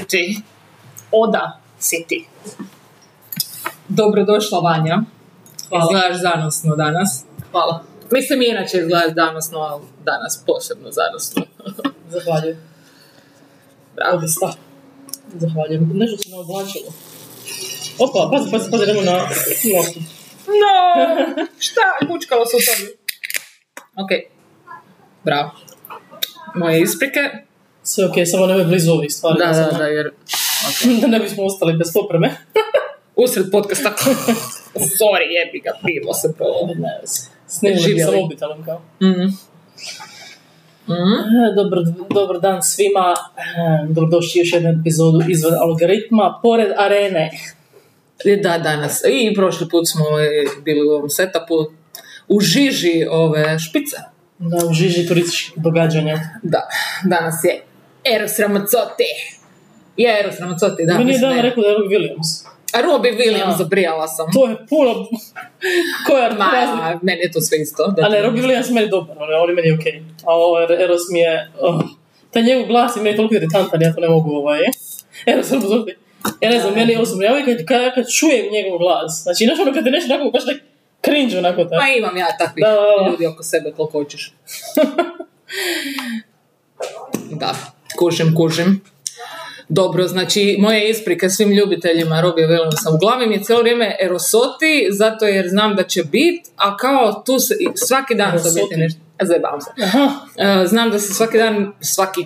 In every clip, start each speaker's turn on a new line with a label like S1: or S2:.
S1: City. Oda City. Dobrodošla Vanja.
S2: Hvala.
S1: Izgledaš zanosno danas.
S2: Hvala.
S1: Mislim inače izgledaš zanosno, ali danas posebno zanosno.
S2: Zahvaljujem.
S1: Bravo.
S2: Odista. Zahvaljujem. Nešto se naoblačilo. Opa, pazi, pazi, pazi, idemo na nosu.
S1: No! Šta? Bučkalo se u tobi. Ok. Bravo. Moje isprike.
S2: Sve okej, samo nemoj blizu ovih stvari.
S1: Da, da,
S2: samo-
S1: da, jer...
S2: da ne bismo ostali bez opreme.
S1: Usred podcasta. Sorry, jebi ga, pivo se prolo.
S2: Ne, s- snimili bi sa
S1: Živjeli.
S2: mobitelom kao.
S1: Mm. Mm.
S2: E, Dobar, dobar dan svima. E, Dobrodošli u još jednu epizodu izvan algoritma, pored arene.
S1: I E, Da, danas. I prošli put smo e, bili u ovom setupu u žiži ove špice.
S2: Da, u žiži turističkih događanja.
S1: Da, danas je Eros Ramazzotti. Je Eros Ramazzotti, da.
S2: Meni je Ja.
S1: mislim
S2: dan
S1: da je.
S2: rekao da je Robbie Williams.
S1: A Robbie Williams,
S2: Da.
S1: zabrijala sam.
S2: To je puno... Koja
S1: Ma,
S2: razlika.
S1: meni je to sve isto. da
S2: Ali
S1: ti-
S2: Robbie Williams je meni dobar, ono, on je, on je meni okej. A ovo je- Eros mi je... oh, taj njegov glas je meni toliko iritantan, ja to ne mogu ovaj... Eros Ramazzotti. Ja ne znam, meni je osobno, ja uvijek kad, kad, kad čujem njegov glas, znači znaš ono kad te nešto onako baš tak cringe onako
S1: Pa
S2: tako.
S1: imam ja takvih
S2: Da, da, da.
S1: ljudi oko sebe koliko hoćeš. da, kužim, kužim. Dobro, znači moje isprike svim ljubiteljima Robbie Williamsa. Uglavnom je cijelo vrijeme Erosoti, zato jer znam da će bit, a kao tu se, i svaki dan to
S2: Erosoti.
S1: biti nešto. A Zajebavam se.
S2: Aha,
S1: E, znam da se svaki dan, svaki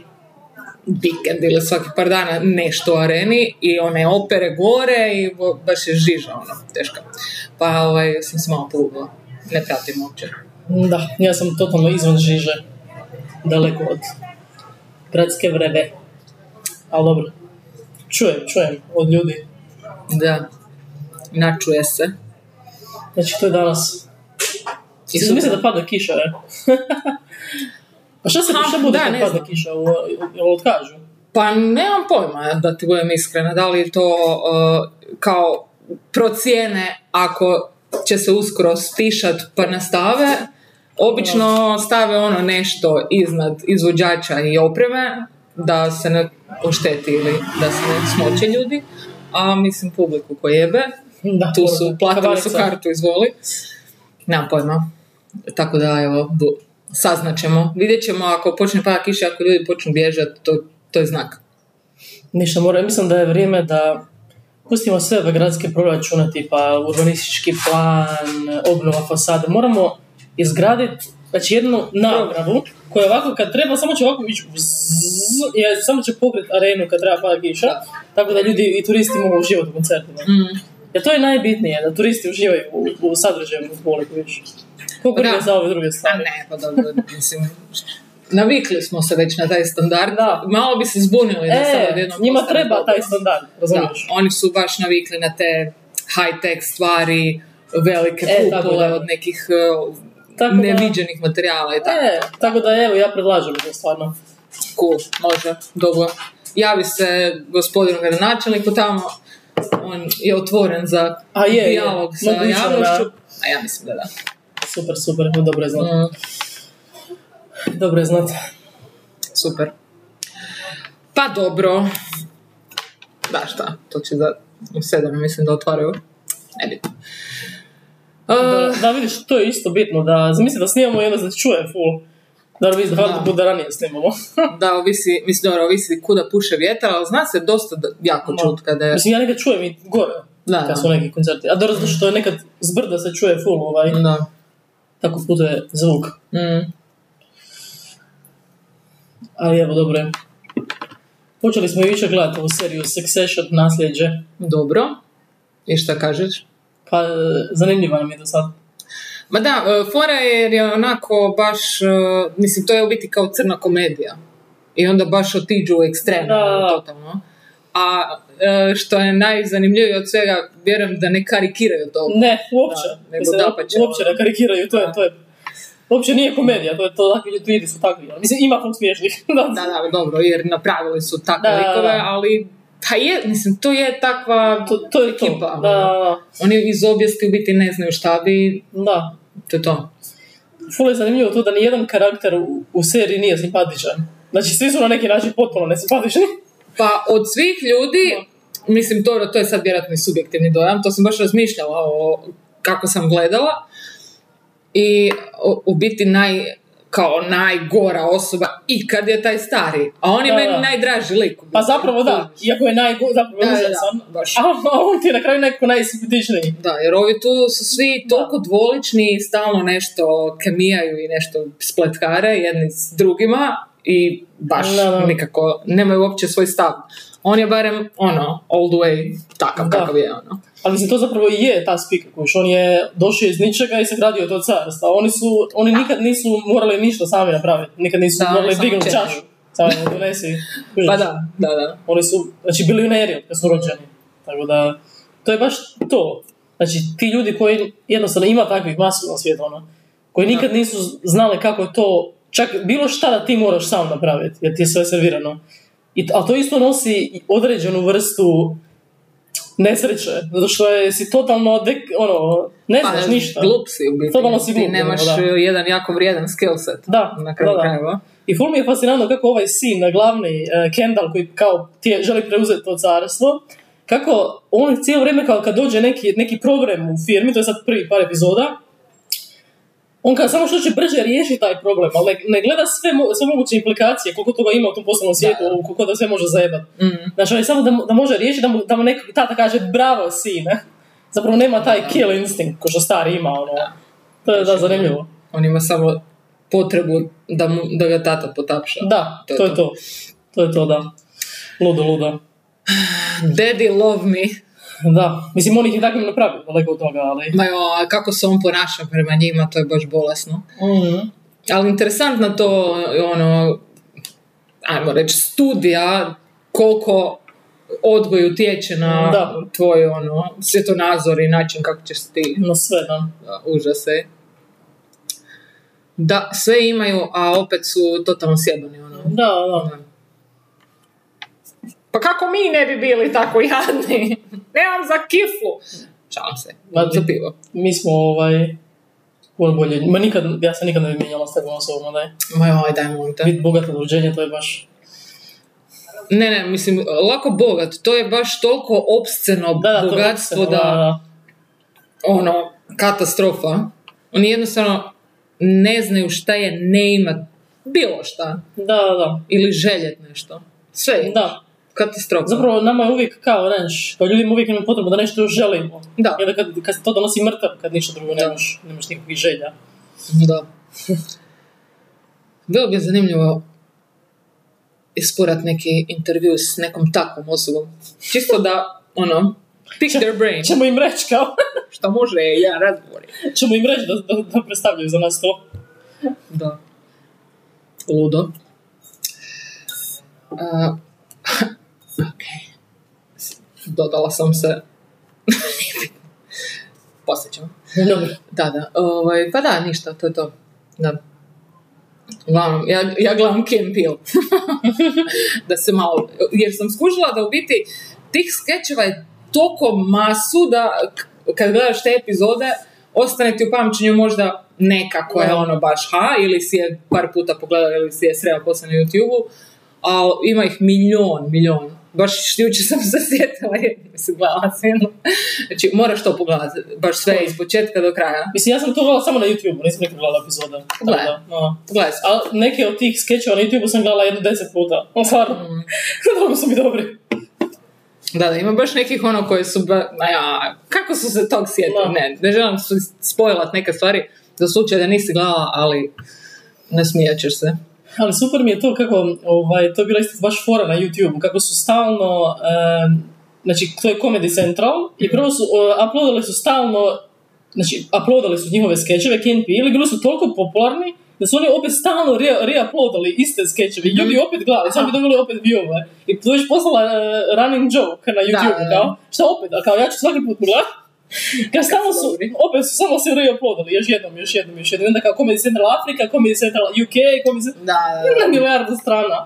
S1: vikend ili svaki par dana nešto u areni i one opere gore i bo- baš je žiža ono, teška. Pa ovaj, sam se malo polubila. Ne pratim uopće.
S2: da, ja sam totalno izvan žiže. Daleko od gradske vrebe. Ali dobro, čujem, čujem od ljudi.
S1: Da. Načuje se.
S2: Znači Ja, to je danas.
S1: I
S2: I
S1: sutra.
S2: sam mislio da pada kiša, ne? pa šta se
S1: Ha,
S2: šta bude
S1: da, ne
S2: kad pada
S1: znam.
S2: kiša? U, u, odkažu?
S1: Pa nemam pojma da ti budem iskrena. Da li to e, kao procijene ako će se uskoro stišat pa nastave. Obično stave ono nešto iznad izvođača i opreme da se ne ošteti ili da se ne smoće ljudi. A mislim publiku koji jebe.
S2: Da,
S1: Tu
S2: dobro.
S1: su, platili su
S2: Kavarica.
S1: kartu, izvoli. Nemam pojma. Tako da, evo, bu- saznat ćemo. Vidjet ćemo ako počne pada kiša, ako ljudi počnu bježati, to, to je znak.
S2: Ništa, moram, mislim da je vrijeme da pustimo sve ove gradske proračune, tipa urbanistički plan, obnova fasade. Moramo izgraditi znači jednu napravu koja ovako kad treba samo će ovako ići bzzz, i samo će pokrit arenu kad treba pada kiša, tako da ljudi i turisti mogu uživati u koncertima.
S1: Mm.
S2: Jer to je najbitnije, da turisti uživaju u, u sadržaju futbolu koji više. Koliko
S1: Da.
S2: je za ove druge
S1: Pa
S2: stvari.
S1: ne, pa dobro, mislim, navikli smo se već na taj standard.
S2: Da.
S1: Malo bi se zbunili da sad
S2: E,
S1: odjednom
S2: njima
S1: postane
S2: treba
S1: dobro.
S2: taj standard,
S1: Da,
S2: razumiješ?
S1: oni su baš navikli na te high-tech stvari, velike
S2: E, tako,
S1: kupole
S2: da.
S1: od nekih uh,
S2: Tako da-
S1: neviđenih materijala i tako.
S2: E, tako da evo, ja predlažem to stvarno.
S1: Cool, može, dobro. Javi se gospodinu gradonačelniku tamo, on je otvoren za
S2: A je, je.
S1: dijalog sa
S2: Moguće, da.
S1: javnošću. A ja mislim da da.
S2: Super, super, dobro je znati.
S1: Mm.
S2: Dobro je znati.
S1: Super. Pa dobro. Da, šta? To će za u sedam, mislim da otvaraju. Ne bitno.
S2: Da,
S1: Uh,
S2: da vidiš, to je isto bitno, da zamisli da snimamo i onda se čuje full. Da li mislim,
S1: Da.
S2: da bude ranije snimamo.
S1: da, ovisi, mislim, dobro, ovisi kuda puše vjetar, ali zna se dosta da, jako
S2: Ma,
S1: čut kada je...
S2: Mislim, ja nekad čujem i gore,
S1: Da, da.
S2: kad su neki koncerti. A dobro, zato što je nekad s brda se čuje full, ovaj,
S1: Da.
S2: tako putuje zvuk.
S1: Mm.
S2: Ali evo, dobro je. Počeli smo i više gledati ovu seriju Succession nasljeđe.
S1: Dobro. I šta kažeš?
S2: Pa, e, zanimljiva nam je do sad.
S1: Ma da, e, fora je jer je onako baš, e, mislim, to je u biti kao crna komedija. I onda baš otiđu u ekstrem, ono,
S2: Da, da, da.
S1: totalno. A e, što je najzanimljivije od svega, vjerujem da ne karikiraju to.
S2: Ne, uopće.
S1: Da, pa nego
S2: mislim,
S1: dapače,
S2: uopće ne karikiraju, to je, to je. Uopće nije komedija, to je to takvi ljudi, ljudi su takvi. ali Mislim, ima ful smiješnih. da.
S1: Da, da, dobro, jer napravili su takve
S2: Da, da, da.
S1: likove, ali pa je, mislim, to je takva
S2: To, to je to.
S1: ekipa. ono.
S2: Da, da,
S1: Oni iz objesti u biti ne znaju šta bi,
S2: da. da.
S1: to je to.
S2: Ful je zanimljivo to da nijedan karakter u, u seriji nije simpatičan. Znači, svi su na neki način potpuno nesimpatični.
S1: Pa od svih ljudi, mislim, dobro, to je sad vjerojatno i subjektivni dojam, to sam baš razmišljala o kako sam gledala. I u, u biti naj, kao najgora osoba ikad je taj stari. A on je
S2: Da,
S1: meni
S2: da.
S1: najdraži lik.
S2: Pa zapravo da, iako je najgo, zapravo
S1: Da, da,
S2: užasan,
S1: da, baš.
S2: a, a on ti je na kraju nekako najsimpatičniji.
S1: Da, jer ovi tu su svi toliko dvolični, stalno nešto kemijaju i nešto spletkare jedni s drugima i baš
S2: Da, da.
S1: nikako, nemaju uopće svoj stav. On je barem, ono, all the way takav
S2: Da.
S1: kakav je, ono.
S2: Ali mislim, to zapravo i je ta spika, kuš. On je došao iz ničega i sagradio to carstvo. Oni, su, oni nikad nisu morali ništa sami napraviti. Nikad nisu
S1: Da, oni
S2: morali
S1: samo
S2: dignuti
S1: čekaju.
S2: čašu. Samo je donesi. kužiš.
S1: Pa da, da, da.
S2: Oni su, znači, bili u neri kad su rođeni. Tako da, to je baš to. Znači, ti ljudi koji jednostavno ima takvih masu na svijetu, ono, koji nikad nisu znali kako je to, čak bilo šta da ti moraš sam napraviti, jer ti je sve servirano. I, a to isto nosi i određenu vrstu nesreće, zato što je, si totalno, dek, ono, ne
S1: Pa,
S2: znaš ništa.
S1: Glup si u biti.
S2: Totalno si
S1: Ti
S2: glup,
S1: nemaš
S2: ono, da.
S1: jedan jako vrijedan skill set.
S2: Da,
S1: Na kraju
S2: da, da.
S1: krajeva.
S2: I ful mi je fascinantno kako ovaj sin, glavni eh, Kendall, koji kao tije, želi preuzeti to carstvo, kako on cijelo vrijeme kao kad dođe neki, neki problem u firmi, to je sad prvi par epizoda, on kao samo što će brže riješiti taj problem, ali ne, ne gleda sve, mo- sve moguće implikacije, koliko toga ima u tom poslovnom svijetu,
S1: Da.
S2: koliko da sve može zajebati.
S1: Mm.
S2: Znači, on je samo da, mu- da može riješiti, da mu, da mu neko, tata kaže bravo sine. Zapravo nema taj kill instinct ko što stari ima, ono. To je da, zanimljivo.
S1: On ima samo potrebu da, mu, da ga tata potapša.
S2: Da, to, je to. To je to, da. Ludo, ludo.
S1: Daddy love me.
S2: Da, mislim, on ih je takvim napravio, daleko od toga, ali...
S1: Ma jo, a kako se on ponaša prema njima, to je baš bolesno. Ali interesantno to, ono, ajmo reći, studija koliko odgoj utječe na
S2: Da.
S1: tvoj ono, svjetonazor i način kako ćeš ti
S2: Na sve, da.
S1: da, užase. Da, sve imaju, a opet su totalno sjebani. Ono.
S2: Da, da.
S1: Pa kako mi ne bi bili tako jadni? Nemam za kifu. Šalim se,
S2: Ma,
S1: za pivo.
S2: Mi smo, ovaj... Puno bolje. Ma nikad, ja se nikad ne bi mijenjala s takvom osobom, da je.
S1: Ma joj, daj molim te.
S2: Biti bogat od rođenja, to je baš...
S1: Ne, ne, mislim, lako bogat, to je baš toliko obsceno
S2: Da, da, to je
S1: bogatstvo
S2: opasno,
S1: da, ono, katastrofa. Oni jednostavno ne znaju šta je ne imat bilo šta
S2: Da, da, da.
S1: ili željet nešto. Sve
S2: Da,
S1: je
S2: da.
S1: katastrofa.
S2: Zapravo, nama je uvijek kao, znaš, kao ljudima uvijek nam je potrebno da nešto još želimo.
S1: Da.
S2: I onda kad, kad to donosi mrtav, kad ništa drugo nemaš, nemaš nikakvih želja.
S1: Da. Bilo bi zanimljivo isporat neki intervju s nekom takvom osobom. Čisto da, ono, pick their brain.
S2: Čemo im reći kao...
S1: Šta može ja razgovorim.
S2: Čemo im reći da, da, da predstavljaju za nas to.
S1: Da. Ludo. Uh, ok. Dodala sam se. Posjećam.
S2: Dobro.
S1: Da, da. Ovaj, pa da, ništa, to je to. Da. Uglavnom, ja, ja gledam Kim Peel. da se malo... Jer sam skužila da u biti tih skečeva je toliko masu da k- kad gledaš te epizode ostane ti u pamćenju možda neka koja je ono baš ha ili si je par puta pogledala ili si je srela poslije na YouTube-u, ali ima ih milion, milion. Baš jučer sam se sjetila, jer mislim, gledala sam jednu. Znači, moraš to pogledati, baš sve iz početka do kraja.
S2: Mislim, ja sam to gledala samo na YouTube, nisam nikad gledala epizoda. Tako
S1: Gle.
S2: da, no.
S1: Pogledaj, se.
S2: Ali neke od tih skečeva na YouTube sam gledala jedno deset puta. No, stvarno. Dobro su mi dobri.
S1: Da, da, ima baš nekih ono koje su, ba, a ja, kako su se tog sjetili,
S2: Da.
S1: ne, ne želim su spojlat neke stvari, za slučaj da nisi gledala, ali nasmijat ćeš se.
S2: Ali super mi je to kako, ovaj, to je bila isto baš fora na YouTube, kako su stalno, em, znači to je Comedy Central i prvo su, uh, uploadali su stalno, znači uploadali su njihove skečeve, KNP, ili bili su toliko popularni da su oni opet stalno re- reuploadali iste skečeve
S1: Mhm.
S2: i ljudi opet gledali, samo bi dobili opet viewove. I to je još poslala e, running joke na YouTube,
S1: da, da.
S2: kao, šta opet, a kao ja ću svaki put gledati. Kao stalno su,
S1: dobri.
S2: opet su samo se reuploadali, još jednom, još jednom, još jednom. I Onda kao Comedy Central Afrika, Comedy Central UK, Comedy Central...
S1: Da, da,
S2: Ima milijardu strana.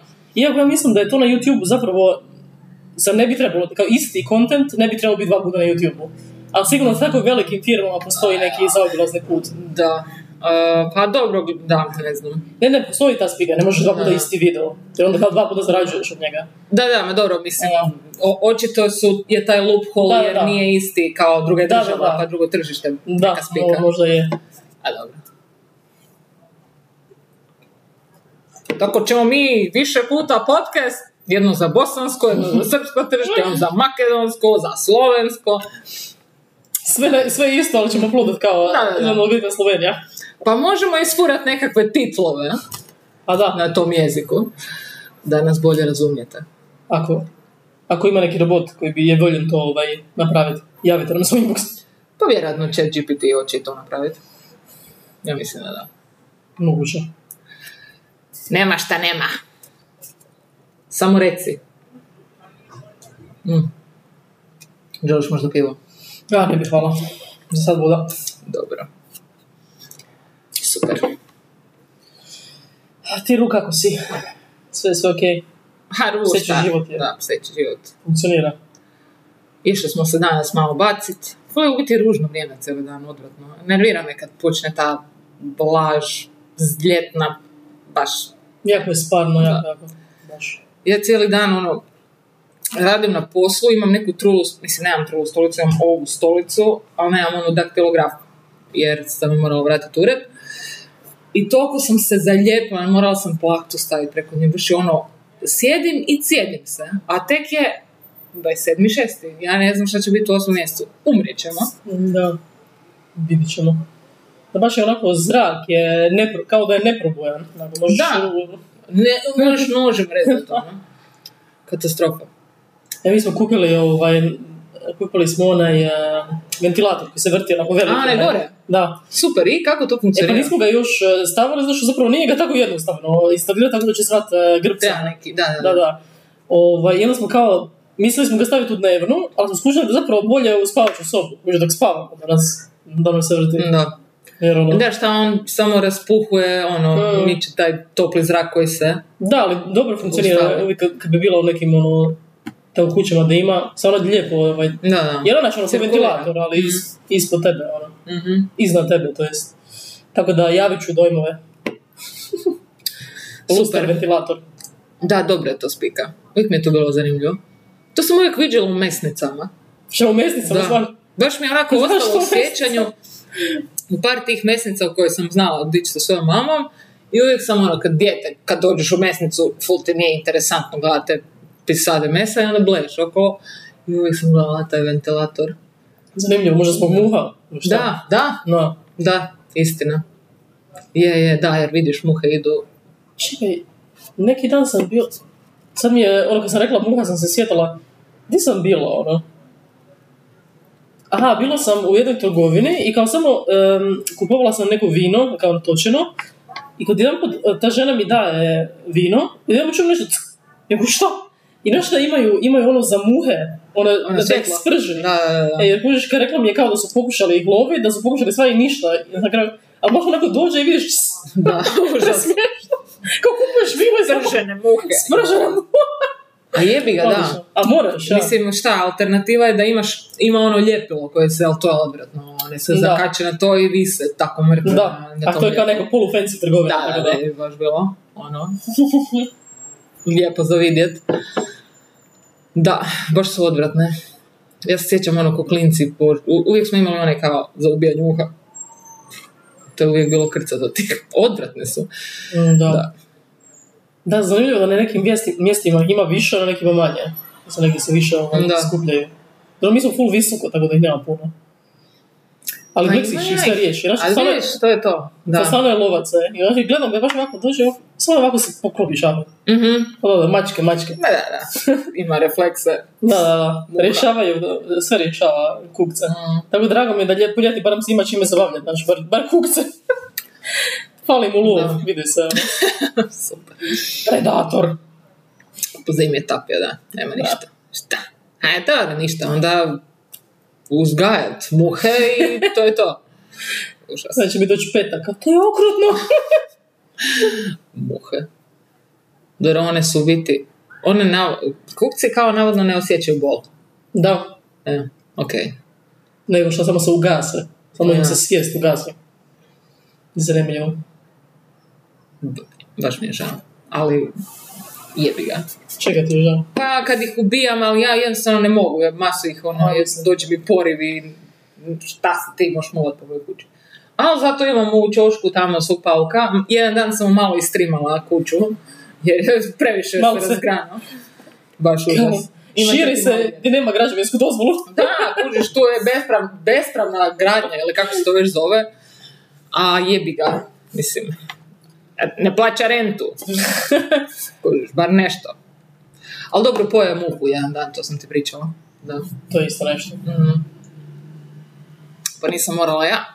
S2: Iako ja mislim da je to na YouTube zapravo, zar ne bi trebalo, kao isti content ne bi trebalo biti dva puta na YouTube-u. Ali sigurno s tako velikim firmama postoji neki zaobilazni put.
S1: da. E, pa dobro, da, ne znam.
S2: Ne, ne, postoji ta spiga, ne možeš dva puta
S1: Da.
S2: isti video. Jer onda kao dva puta zarađuješ od njega.
S1: Da, da, ma dobro, mislim,
S2: Ono,
S1: o- očito su, je taj loophole
S2: Da, da,
S1: jer
S2: da.
S1: nije isti kao druga
S2: Da, da,
S1: država,
S2: da.
S1: pa drugo tržište.
S2: Da,
S1: neka spika.
S2: mo- možda je.
S1: A dobro. Tako ćemo mi više puta podcast, jedno za bosansko, jedno za srpsko tržište, jedno za makedonsko, za slovensko.
S2: Sve, ne- sve je isto, ali ćemo plutat kao
S1: Da, da, da.
S2: iz onog videa Slovenija.
S1: Pa možemo isfurat nekakve titlove
S2: A Pa da,
S1: na tom jeziku, da nas bolje razumijete.
S2: ako, ako ima neki robot koji bi je voljen to ovaj, napraviti, javite nam svoj inbox.
S1: Pa vjerojatno će GPT hoće to napraviti. Ja mislim da da.
S2: Moguće.
S1: Nema šta nema. Samo reci. Mm. Želiš možda pivo?
S2: Ja ne bih hvala. Za sad voda.
S1: Dobro. Super.
S2: A ti ruka kako si. Sve, sve okej.
S1: Ha, ružno.
S2: Srećan život je.
S1: Da, srećan život.
S2: Funkcionira.
S1: Išli smo se danas malo baciti. To je u biti ružno vrijeme cijeli dan, odvratno. Nervira me kad počne ta blaž, zljetna, baš.
S2: Jako je sparno, jako, jako. Baš.
S1: Ja cijeli dan, ono, radim na poslu, imam neku trulu, mislim, nemam trulu stolicu, imam ovu stolicu, ali nemam onu daktilograf, jer sam morala vratiti ured. I toliko sam se zalijepila, morala sam plaktu staviti preko nje, baš je ono, sjedim i cijedim se, a tek je 27.6. Ja ne znam šta će biti u 8. mjesecu. Umrijet ćemo.
S2: Da. Vidit ćemo. Da baš je onako zrak, je nepro, kao da je neprobojan. Onako, možeš
S1: Da.
S2: u-
S1: Ne, možeš nožem rezati ono. Katastrofa.
S2: E, mi smo kupili ovaj, kupili smo onaj e, ventilator koji se vrti onako veliki.
S1: A, ne
S2: onaj.
S1: gore.
S2: Da.
S1: Super, i kako to
S2: E pa
S1: funkcionira?
S2: nismo ga još e, stavili, zato što zapravo nije ga tako jednostavno instalirati, tako da će srat e, grb
S1: Treba
S2: sam.
S1: neki, da, da,
S2: Da, da. Ovaj, jedno smo kao, mislili smo ga staviti u dnevnu, ali smo skušali da zapravo bolje u spavaću sobu, još dok spavamo da nas, da nam se vrti.
S1: Da.
S2: Jer ono,
S1: Mm. Da, šta on samo raspuhuje, ono,
S2: Mm.
S1: miče taj topli zrak koji se...
S2: Da, ali dobro funkcionira
S1: Ustavi.
S2: uvijek kad, kad bi bila u nekim ono, tamo kućama da ima, samo ono lijepo, ovaj,
S1: Da, da.
S2: jer onaš ono ko
S1: Cirkulira. Mm.
S2: ventilator, ali iz, ispod tebe, ono,
S1: Mhm.
S2: iznad tebe, to jest. Tako da javit ću dojmove. Lustar
S1: Super.
S2: ventilator.
S1: Da, dobro je to spika. Uvijek mi je to bilo zanimljivo. To sam uvijek vidjela u mesnicama.
S2: Što u mesnicama,
S1: Da.
S2: stvarno.
S1: Baš mi je onako
S2: Zašto
S1: ostalo u
S2: mesnica?
S1: sjećanju u par tih mesnica u koje sam znala otići sa svojom mamom i uvijek sam ono kad dijete, kad dođeš u mesnicu, ful ti nije interesantno gledati te pisade mesa i onda bleš okolo i uvijek sam gledala taj ventilator.
S2: Zanimljivo, možda smo muha. ili šta?
S1: Da, da,
S2: No.
S1: da, istina. Je, je, da, jer vidiš muhe idu.
S2: Čekaj, neki dan sam bio, sad mi je, ono kad sam rekla muha sam se sjetila, gdje sam bila, ono? Aha, bila sam u jednoj trgovini i kao samo em, kupovala sam neko vino, kao točeno, i kod jedan put e, ta žena mi daje vino, i jedan put čujem nešto, ck, jako što? I nešto imaju, imaju ono za muhe, ono,
S1: Ona
S2: da tek
S1: svjetla.
S2: sprženi.
S1: Da, da, da.
S2: E, jer kužiš, kad rekla mi je kao da su pokušali ih loviti, da su pokušali sve i ništa, i na kraju, ali baš onako dođe i vidiš, cs,
S1: da. užasno.
S2: Presmiješno. Kako kupuješ vino i samo
S1: Spržene muhe.
S2: spržena muha?
S1: A jebi ga, da.
S2: A moraš, ja.
S1: Mislim, šta, alternativa je da imaš, ima ono ljepilo koje se, ali to je odvratno, one se
S2: Da.
S1: zakače na to i vise tako mrtvo.
S2: da,
S1: na- na
S2: a
S1: tom
S2: to je kao
S1: ljepilu.
S2: neka polu fancy trgovina.
S1: Da,
S2: tako
S1: da, da, je baš bilo, ono, lijepo za vidjet. Da, baš su odvratne. Ja se sjećam ono ko klinci, po, u- uvijek smo imali one kao za ubijanje uha. To je uvijek bilo krca do tih. Odvratne su.
S2: Mm, da. da.
S1: Da.
S2: zanimljivo da na nekim mjesti- mjestima ih ima više, a na nekima manje. Znači, negdje se više ovaj,
S1: Da.
S2: skupljaju. Dobro, mi smo full visoko, tako da ih nema puno. Ali
S1: Pa
S2: gleksiš
S1: ima
S2: i sve
S1: ih.
S2: riješi.
S1: Ali
S2: Znači, stvarno,
S1: vidiš, to je to.
S2: da.
S1: Da.
S2: stvarno je lovac. e. I znači, gledam ga baš ovako dođe, ovako- samo ovako se poklopiš. Ono.
S1: Mhm.
S2: Ono, mačke, mačke.
S1: Da, da, da. Ima reflekse.
S2: Da, da, da.
S1: Mora.
S2: Rješavaju, da, sve rješava kupce.
S1: Mm.
S2: Tako drago mi je da lijepo ljeti, barem se ima čime zabavljati, znači, bar, bar kukce. Fali mu lov,
S1: Da.
S2: vidi se. ono.
S1: Super.
S2: Predator.
S1: Po zimi je tapio, da. Nema ništa. Šta? A je da, ništa. Onda uzgajat muhe i to je to. Užas.
S2: Znači mi doći petak, a to je okrutno.
S1: Muhe. Dobro, one su u biti... One nav... Kupci kao navodno ne osjećaju bol.
S2: da,
S1: E, ok.
S2: nego što samo se ugase. Samo im se svijest ugase. zemlju.
S1: B- Baš mi je žao. Ali jebi ga.
S2: Čega ti je žao?
S1: Pa kad ih ubijam, ali ja jednostavno ne mogu, jer masu ih ono, jer dođe mi poriv i šta si ti možeš mulat po mojoj kući. Ali zato imam u čošku tamo svog pauka. Jedan dan sam mu malo istrimala kuću, jer je previše se
S2: Malo se-
S1: razgrano. Baš
S2: Kao,
S1: užas. Ima
S2: Širi
S1: čak i
S2: se
S1: novine.
S2: gdje nema građevinsku dozvolu.
S1: Da, kužiš, to je besprav- bespravna gradnja ili kako se to već zove. A jebi ga, mislim. E, Ne plaća rentu. Kužiš, bar nešto. Ali dobro, pojeo muhu jedan dan, to sam ti pričala. Da.
S2: To je isto nešto.
S1: Mhm. Pa nisam morala ja.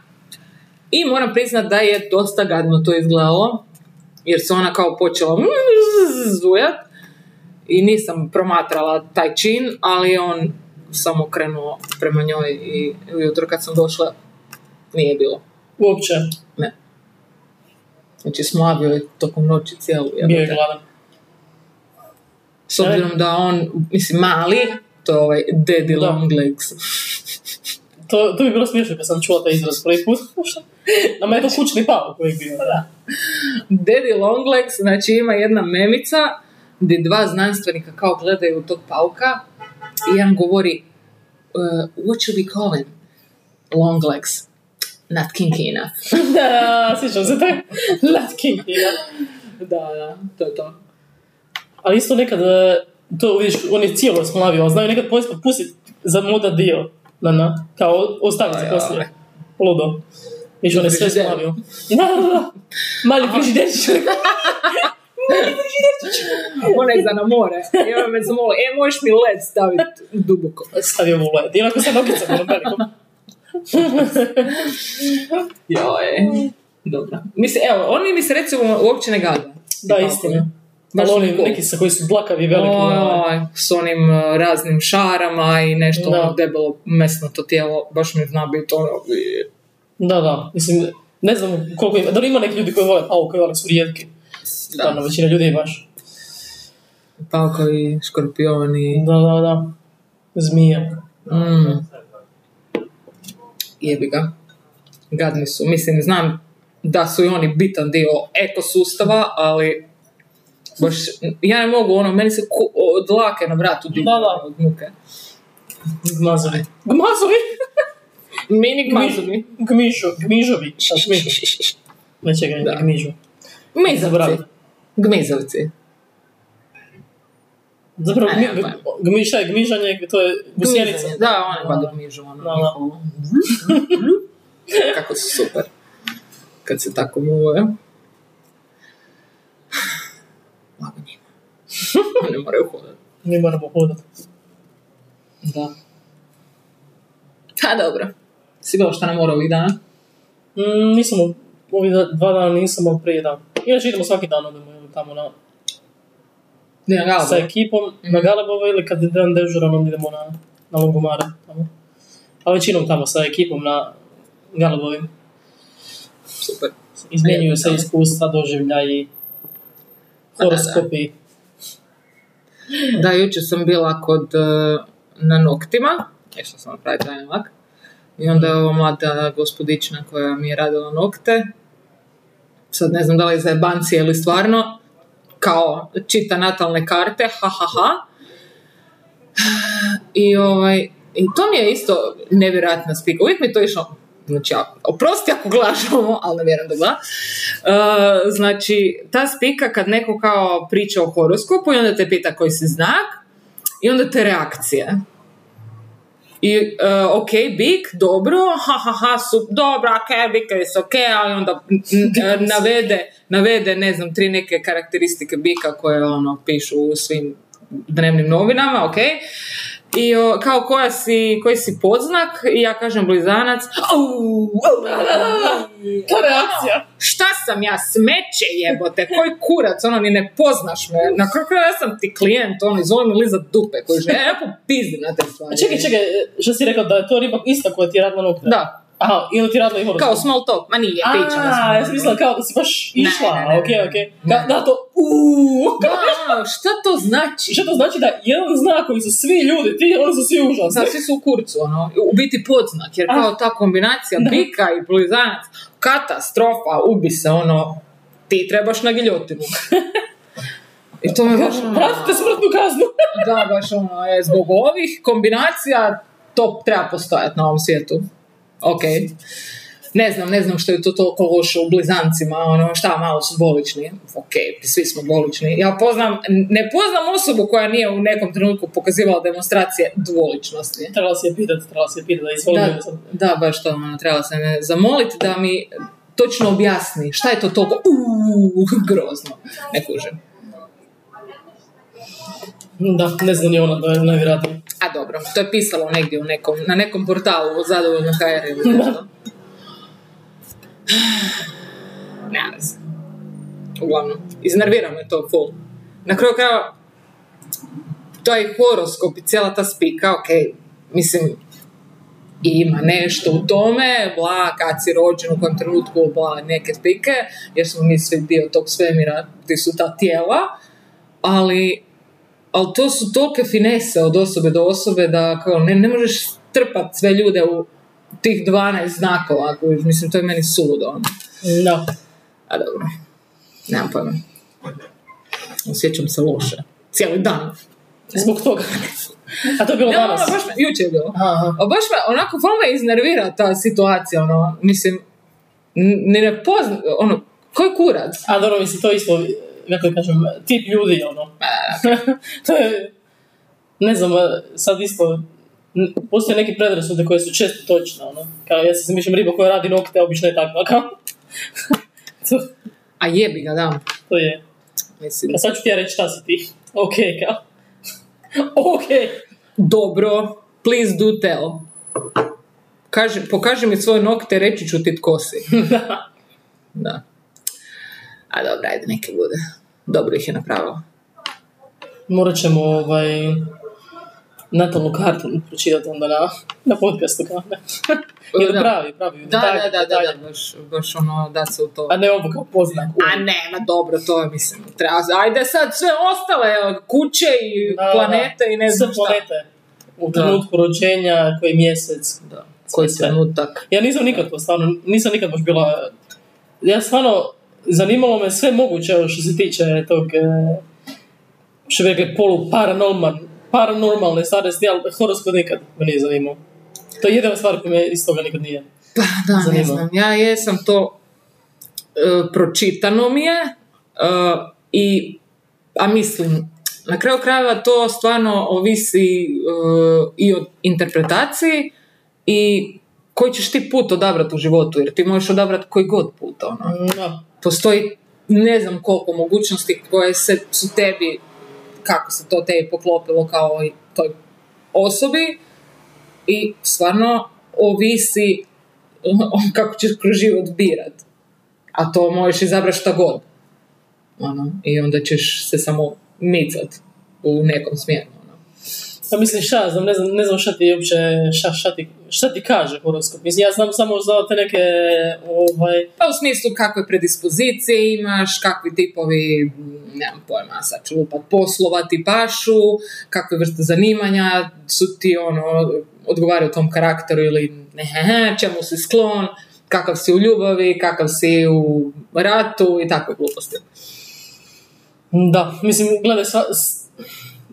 S1: I moram priznat da je dosta gadno to izgledalo, jer se ona kao počela zujat i nisam promatrala taj čin, ali je on samo krenuo prema njoj i ujutro kad sam došla nije bilo.
S2: Uopće,
S1: Ne. Znači smlavio je tokom noći cijelu.
S2: bio je
S1: jebote.
S2: gladan.
S1: S obzirom da on, mislim, mali, to je ovaj daddy
S2: Da.
S1: long legs.
S2: To, to bi bilo smiješno kad sam čula taj izraz prvi put. Nama je to kućni pauk koji je bio.
S1: Daddy Longlegs, znači ima jedna memica gdje dva znanstvenika kao gledaju tog pauka i jedan govori "Uh, what should we call him? Longlegs. Not kinky enough.
S2: Da, sjećam se taj latki knjiga.
S1: Da, da, to je to.
S2: Ali isto nekad, e, to vidiš, on je cijelo smlavio, a znaju nekad pojesti pustit za muda dio. Na, na, kao ostavi se
S1: Aj, aj.
S2: poslije. Ludo. Viš, on je sve
S1: Frižider.
S2: smlavio. Da, da, da. Mali frižiderčić.
S1: Onaj za na more. I on me zamolio, e, možeš mi led staviti duboko.
S2: Stavio mu led. Iako sa nogicom, ono velikom.
S1: Joj. Dobro. Mislim, evo, oni mi se recimo uopće ne gade.
S2: Da, istina.
S1: Baš
S2: Ali oni
S1: niko.
S2: neki sa koji su blakavi veliki. ono,
S1: Oj, s onim e, raznim šarama i nešto
S2: Da.
S1: ono debelo mesnato tijelo, baš mi zna biti ono... i-
S2: Da, da. Mislim, ne znam koliko ima. Da li ima neki ljudi koji vole pauke, ali su rijetki. Stvarno,
S1: ono,
S2: većina ljudi baš.
S1: Paukovi, škorpioni,
S2: Da, da, da. Zmije.
S1: mm. jebi ga. Gadni su. Mislim, znam da su i oni bitan dio ekosustava, ali baš, ja ne mogu, ono, meni se ku, od dlake na vratu dignu
S2: Da, da.
S1: od muke.
S2: Gmazovi. Gmazovi?
S1: Mini gmazovi.
S2: Gmižu. Gmižu. Gmižovi. Šta, Gmižu. Ne čekaj,
S1: Da.
S2: Gmižu.
S1: Gmizavci.
S2: Zaboravim.
S1: Gmizavci.
S2: Zapravo,
S1: E, Ne,
S2: gmi,
S1: nemam pojma.
S2: gmi, šta je gmižanje? To je gusjenica.
S1: Gmizanje, Da, one valjda mižu, ono,
S2: Da, da.
S1: njihovo. Kako su super. Kad se tako muvaju. Lago njima. One moraju hodati.
S2: Mi moramo hodati.
S1: Da. Ha, dobro. Si bilo šta nam mora ovih dana?
S2: Mm, nisam, u- ovi da- dva dana nisam, ali prije dan. Inače idemo svaki dan odemo tamo na,
S1: Ne, na
S2: sa
S1: galabu.
S2: ekipom na Galebovo ili kad je dan dežuran onda idemo na, na Longomare. Tamo. A većinom tamo sa ekipom na Galebovim.
S1: Super.
S2: Izmjenjuju se
S1: Da.
S2: iskustva, doživlja i
S1: Da, da, da.
S2: horoskopi.
S1: Da, jučer sam bila kod e, na noktima, nešto sam napraviti taj lak. I onda je ova mlada gospodična koja mi je radila nokte, sad ne znam da li je za jebancije ili stvarno, kao čita natalne karte, ha ha ha. I, ovaj, i to mi je isto nevjerojatna spika. Uvijek mi to išlo, znači, ja- oprosti ako gledaš ovo, ali ne vjerujem da gleda. E, znači, ta spika kad neko kao priča o horoskopu i onda te pita koji si znak i onda te reakcije. I, e, ok, bik, dobro, ha, ha, ha, su, dobro, ok, bikovi su ok, ali onda n- n- navede, navede, ne znam, tri neke karakteristike bika koje, ono, pišu u svim dnevnim novinama, ok, i o, kao koja si, koji si podznak, i ja kažem blizanac, au, au,
S2: Ta reakcija!
S1: šta sam ja, smeće jebote, koji kurac, ono, ni ne poznaš me, na kraju krajeva ja sam ti klijent, ono, izvoli mi lizat dupe, koji žele, ja popizdim na te stvari.
S2: A čekaj, čekaj, e, šta si rekao da je to riba ista koja ti je radila nokte?
S1: Da.
S2: A Aha, ili ti radila imala...
S1: Kao small talk, ma nije, pričala
S2: A, ja sam
S1: ono,
S2: mislila kao da si baš
S1: Ne,
S2: išla,
S1: ne, ne,
S2: ok,
S1: ne,
S2: ok. Da, da, to, uuuu.
S1: Da, ono, šta to znači?
S2: Što to znači da jedan znak koji su svi ljudi, ti, oni su svi užasni.
S1: Sad svi su u kurcu, ono, u biti podznak, jer
S2: A.
S1: kao ta kombinacija
S2: Da.
S1: bika i blizanac, katastrofa, ubi se, ono, ti trebaš na giljotinu. I to me baš, ono,
S2: Vratite smrtnu kaznu.
S1: da, baš ono, je, zbog ovih kombinacija to treba postojati na ovom svijetu. Ok. Ne znam, ne znam što je to toliko loše u blizancima, ono, šta, malo su dvolični. Ok, svi smo dvolični. Ja poznam, ne poznam osobu koja nije u nekom trenutku pokazivala demonstracije dvoličnosti.
S2: Trebala si je pitat, trebala si je pitat da
S1: Da,
S2: izvolim sam.
S1: da, baš to, ono, trebala sam je zamoliti da mi točno objasni šta je to toliko uuu, grozno. Ne kužem.
S2: Da, ne znam ni ona, to je najvjerojatnije.
S1: A dobro, to je pisalo negdje u nekom, na nekom portalu, zadovoljno HR ili nešto. ne znam. Uglavnom, iznervira me to full. Na kraju krajeva, taj horoskop i cijela ta spika, ok, mislim, ima nešto u tome, bla, kad si rođen, u kojem trenutku, bla, neke spike, jer smo mi svi dio tog svemira, ti su ta tijela, ali ali to su tolike finese od osobe do osobe da kao ne, ne možeš trpat sve ljude u tih 12 znakova, ako viš, mislim, to je meni suludo. ono.
S2: Da.
S1: A dobro, nemam pojma. Osjećam se loše. Cijeli dan.
S2: Zbog toga. A to je bilo
S1: Ne, ono,
S2: danas.
S1: baš me, jučer je bilo.
S2: Aha, aha.
S1: A baš me, onako, fal me iznervira ta situacija, ono, mislim, n- ni ne pozna, ono, koji kurac?
S2: A dobro, mislim, to je isto, kako da kažem, tip ljudi, ono.
S1: Pa,
S2: to je, ne znam, sad isto, n- postoje neke predrasude koje su često točne, ono. Kao, ja se zamišljam riba koja radi nokte, a obično je takva, kao. to,
S1: A jebi ga, da.
S2: to je.
S1: Mislim,
S2: A sad ću ti ja reći šta si ti. Ok, kao. Ok.
S1: dobro, please do tell. Kaže, pokaži mi svoje nokte, reći ću ti tko si.
S2: Da.
S1: Da. A dobro, ajde, neke bude. Dobro ih je napravila.
S2: Morat ćemo, ovaj, natalnu kartu pročitati onda na, na podcastu, kao. Jer
S1: Da.
S2: pravi, pravi.
S1: Da,
S2: detalj,
S1: da, da, da,
S2: detalj.
S1: da, baš, baš ono, da se u to...
S2: A ne ovo kao poznak.
S1: A ne, ma dobro, to je, mislim, treba... Ajde sad sve ostale kuće i
S2: Da,
S1: planete i ne znam
S2: Sve
S1: šta.
S2: planete. U
S1: Da.
S2: trenutku rođenja, koji mjesec.
S1: Da, koji
S2: Sve.
S1: trenutak.
S2: Ja nisam nikad to stvarno, nisam nikad baš bila... Ja stvarno, zanimalo me sve moguće evo, što se tiče tog, e, što bi rekli, polu paranormal, paranormalne stvarnosti, ali horoskop nikad me nije zanimao. To je jedina stvar koja me iz toga nikad nije.
S1: Pa, da, ne
S2: Zanima.
S1: znam. Ja jesam to... e, pročitano mi je e, i... A mislim, na kraju krajeva to stvarno ovisi e, i o interpretaciji i koji ćeš ti put odabrati u životu, jer ti možeš odabrati koji god put, ono.
S2: No,
S1: Postoji ne znam koliko mogućnosti koje se, su tebi, kako se to tebi poklopilo kao i toj osobi i stvarno ovisi kako ćeš kroz život birat. A to možeš izabrati šta god. Ono, I onda ćeš se samo micat u nekom smjeru. ono.
S2: ja Pa mislim šta, ja znam, ne znam, ne znam šta ti uopće, šta, šta, ti, šta ti kaže horoskop. Mislim, ja znam samo za te neke, ovaj,
S1: Pa u smislu kakve predispozicije imaš, kakvi tipovi, mm, nemam pojma, sad ću lupat poslova ti pašu, kakve vrste zanimanja su ti ono, odgovaraju tom karakteru ili ne, he, he, čemu si sklon, kakav si u ljubavi, kakav si u ratu i takve gluposti.
S2: Da, mislim, gledaj, sva, s-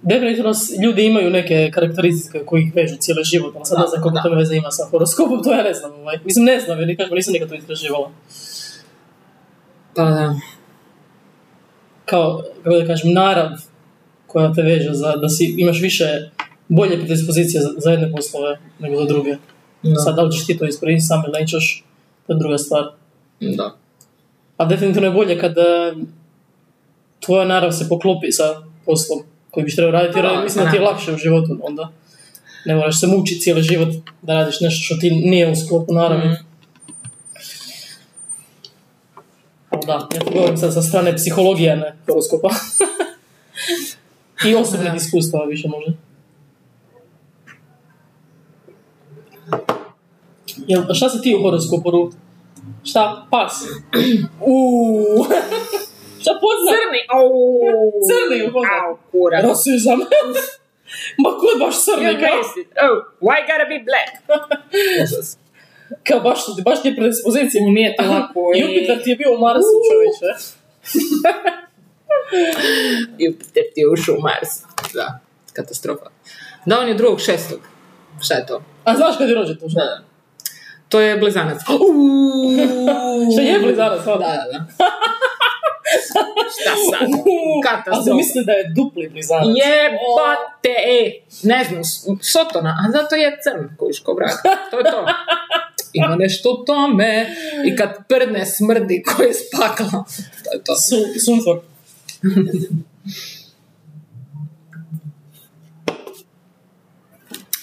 S2: definitivno s- ljudi imaju neke karakteristike koji ih vežu cijeli život, ali sad
S1: Da,
S2: ne znam koliko
S1: da.
S2: to veze ima sa horoskopom, to ja ne znam. Ovaj. Mislim, ne znam, jer ni kažem, nisam nikad to istraživala.
S1: Pa da,
S2: Kao, kako da kažem, narav koja te veže za, da si, imaš više bolje predispozicije za, za jedne poslove nego za druge.
S1: Da.
S2: Sad, da li ćeš ti to iskoristiti sam ili nećeš, to je druga stvar.
S1: da.
S2: A definitivno je bolje kad e, tvoja narav se poklopi sa poslom koji biš trebao raditi, jer
S1: Da,
S2: mislim da ti je
S1: naravno.
S2: lakše u životu onda. Ne moraš se mučiti cijeli život da radiš nešto što ti nije u sklopu naravi.
S1: Mhm.
S2: Ali Da, ja to govorim sad sa strane psihologije, a ne horoskopa. I osobnih
S1: Da.
S2: iskustava više možda. Jel, šta si ti u horoskopu Ru? Šta? Pas?
S1: Uuu,
S2: Šta pozna?
S1: crni, au,
S2: Crni, pozna.
S1: au, kurac.
S2: Rasizam. Ma kod baš crni, kao,
S1: Oh, why gotta be black?
S2: kao baš, baš ti predispozicije mu nije tako.
S1: Tako je.
S2: Jupiter ti je bio u Marsu, čovječe.
S1: Jupiter ti je ušao u Mars. Da, katastrofa. Da, on je drugog šestog. Šta je to?
S2: A znaš kad je rođen to?
S1: Da, da. To je blizanac. Uuu.
S2: Šta je blizanac,
S1: Da,
S2: ono?
S1: da, da. Šta sad?
S2: A sam
S1: Katastrofa.
S2: mislio da je dupli blizanac.
S1: Е. Jebate, e. Ne znam, s- sotona, a zato je crn, kojiš ko vrat. To je to. Ima nešto u tome. I kad prdne smrdi koje je spakla. To je to.
S2: Su, sunfor.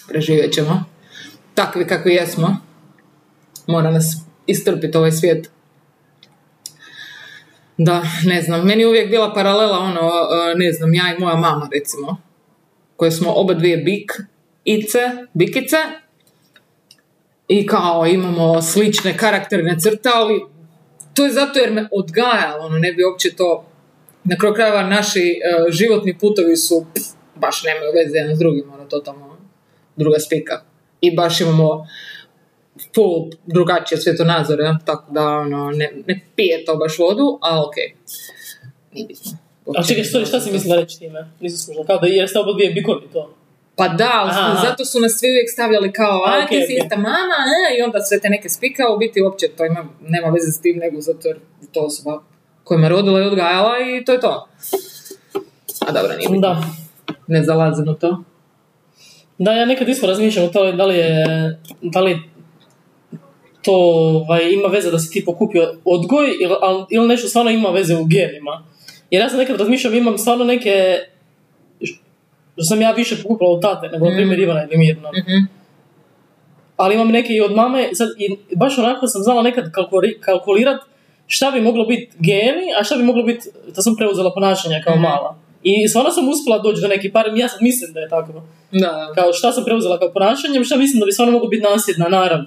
S1: preživjet ćemo. Takvi kakvi jesmo. Mora nas istrpiti ovaj svijet. Da, ne znam. Meni je uvijek bila paralela ono, e, ne znam, ja i moja mama recimo. Koje smo oba dvije bik, ice, bikice. I kao imamo slične karakterne crte, ali to je zato jer me odgajalo, ono, ne bi uopće to... Na kraju krajeva naši e, životni putovi su, pff, baš nemaju veze jedan s drugim, ono, totalno druga spika. I baš imamo full drugačije svjetonazore, ja, tako da ono, ne, ne pije to baš vodu, ali okej. Nije bitno.
S2: A čekaj, sorry, šta si mislila reći time? Nisam slušala, kao da jeste oba dvije bikovi to.
S1: Pa da, ali smo-
S2: Aha.
S1: zato su nas svi uvijek stavljali kao, a
S2: A, okej,
S1: ti si
S2: okej.
S1: ista mama, e, i onda sve te neke spika, a u biti uopće to ima, nema veze s tim, nego zato jer je to osoba koja me rodila i odgajala i to je to. A dobro, nije bitno.
S2: Da.
S1: Ne zalazim u to.
S2: Da, ja nekad isto razmišljam o tome da li je, da li to ovaj, ima veze da si ti pokupio odgoj ili, al- ili nešto stvarno ima veze u genima. Jer ja sam nekad razmišljam, imam stvarno neke što sam ja više pokupila od tate nego od primjer Ivana ili Mirna.
S1: Mm. Mhm.
S2: Ali imam neke i od mame, sad, i baš onako sam znala nekad kalkuri- kalkulirat šta bi moglo biti geni, a šta bi moglo biti, da sam preuzela ponašanja kao
S1: Mhm.
S2: mala. I stvarno sam uspjela doći do nekih par, ja sad mislim da je tako
S1: Da,
S2: kao šta sam preuzela kao ponašanjem, šta mislim da bi stvarno moglo biti nasljedna narav.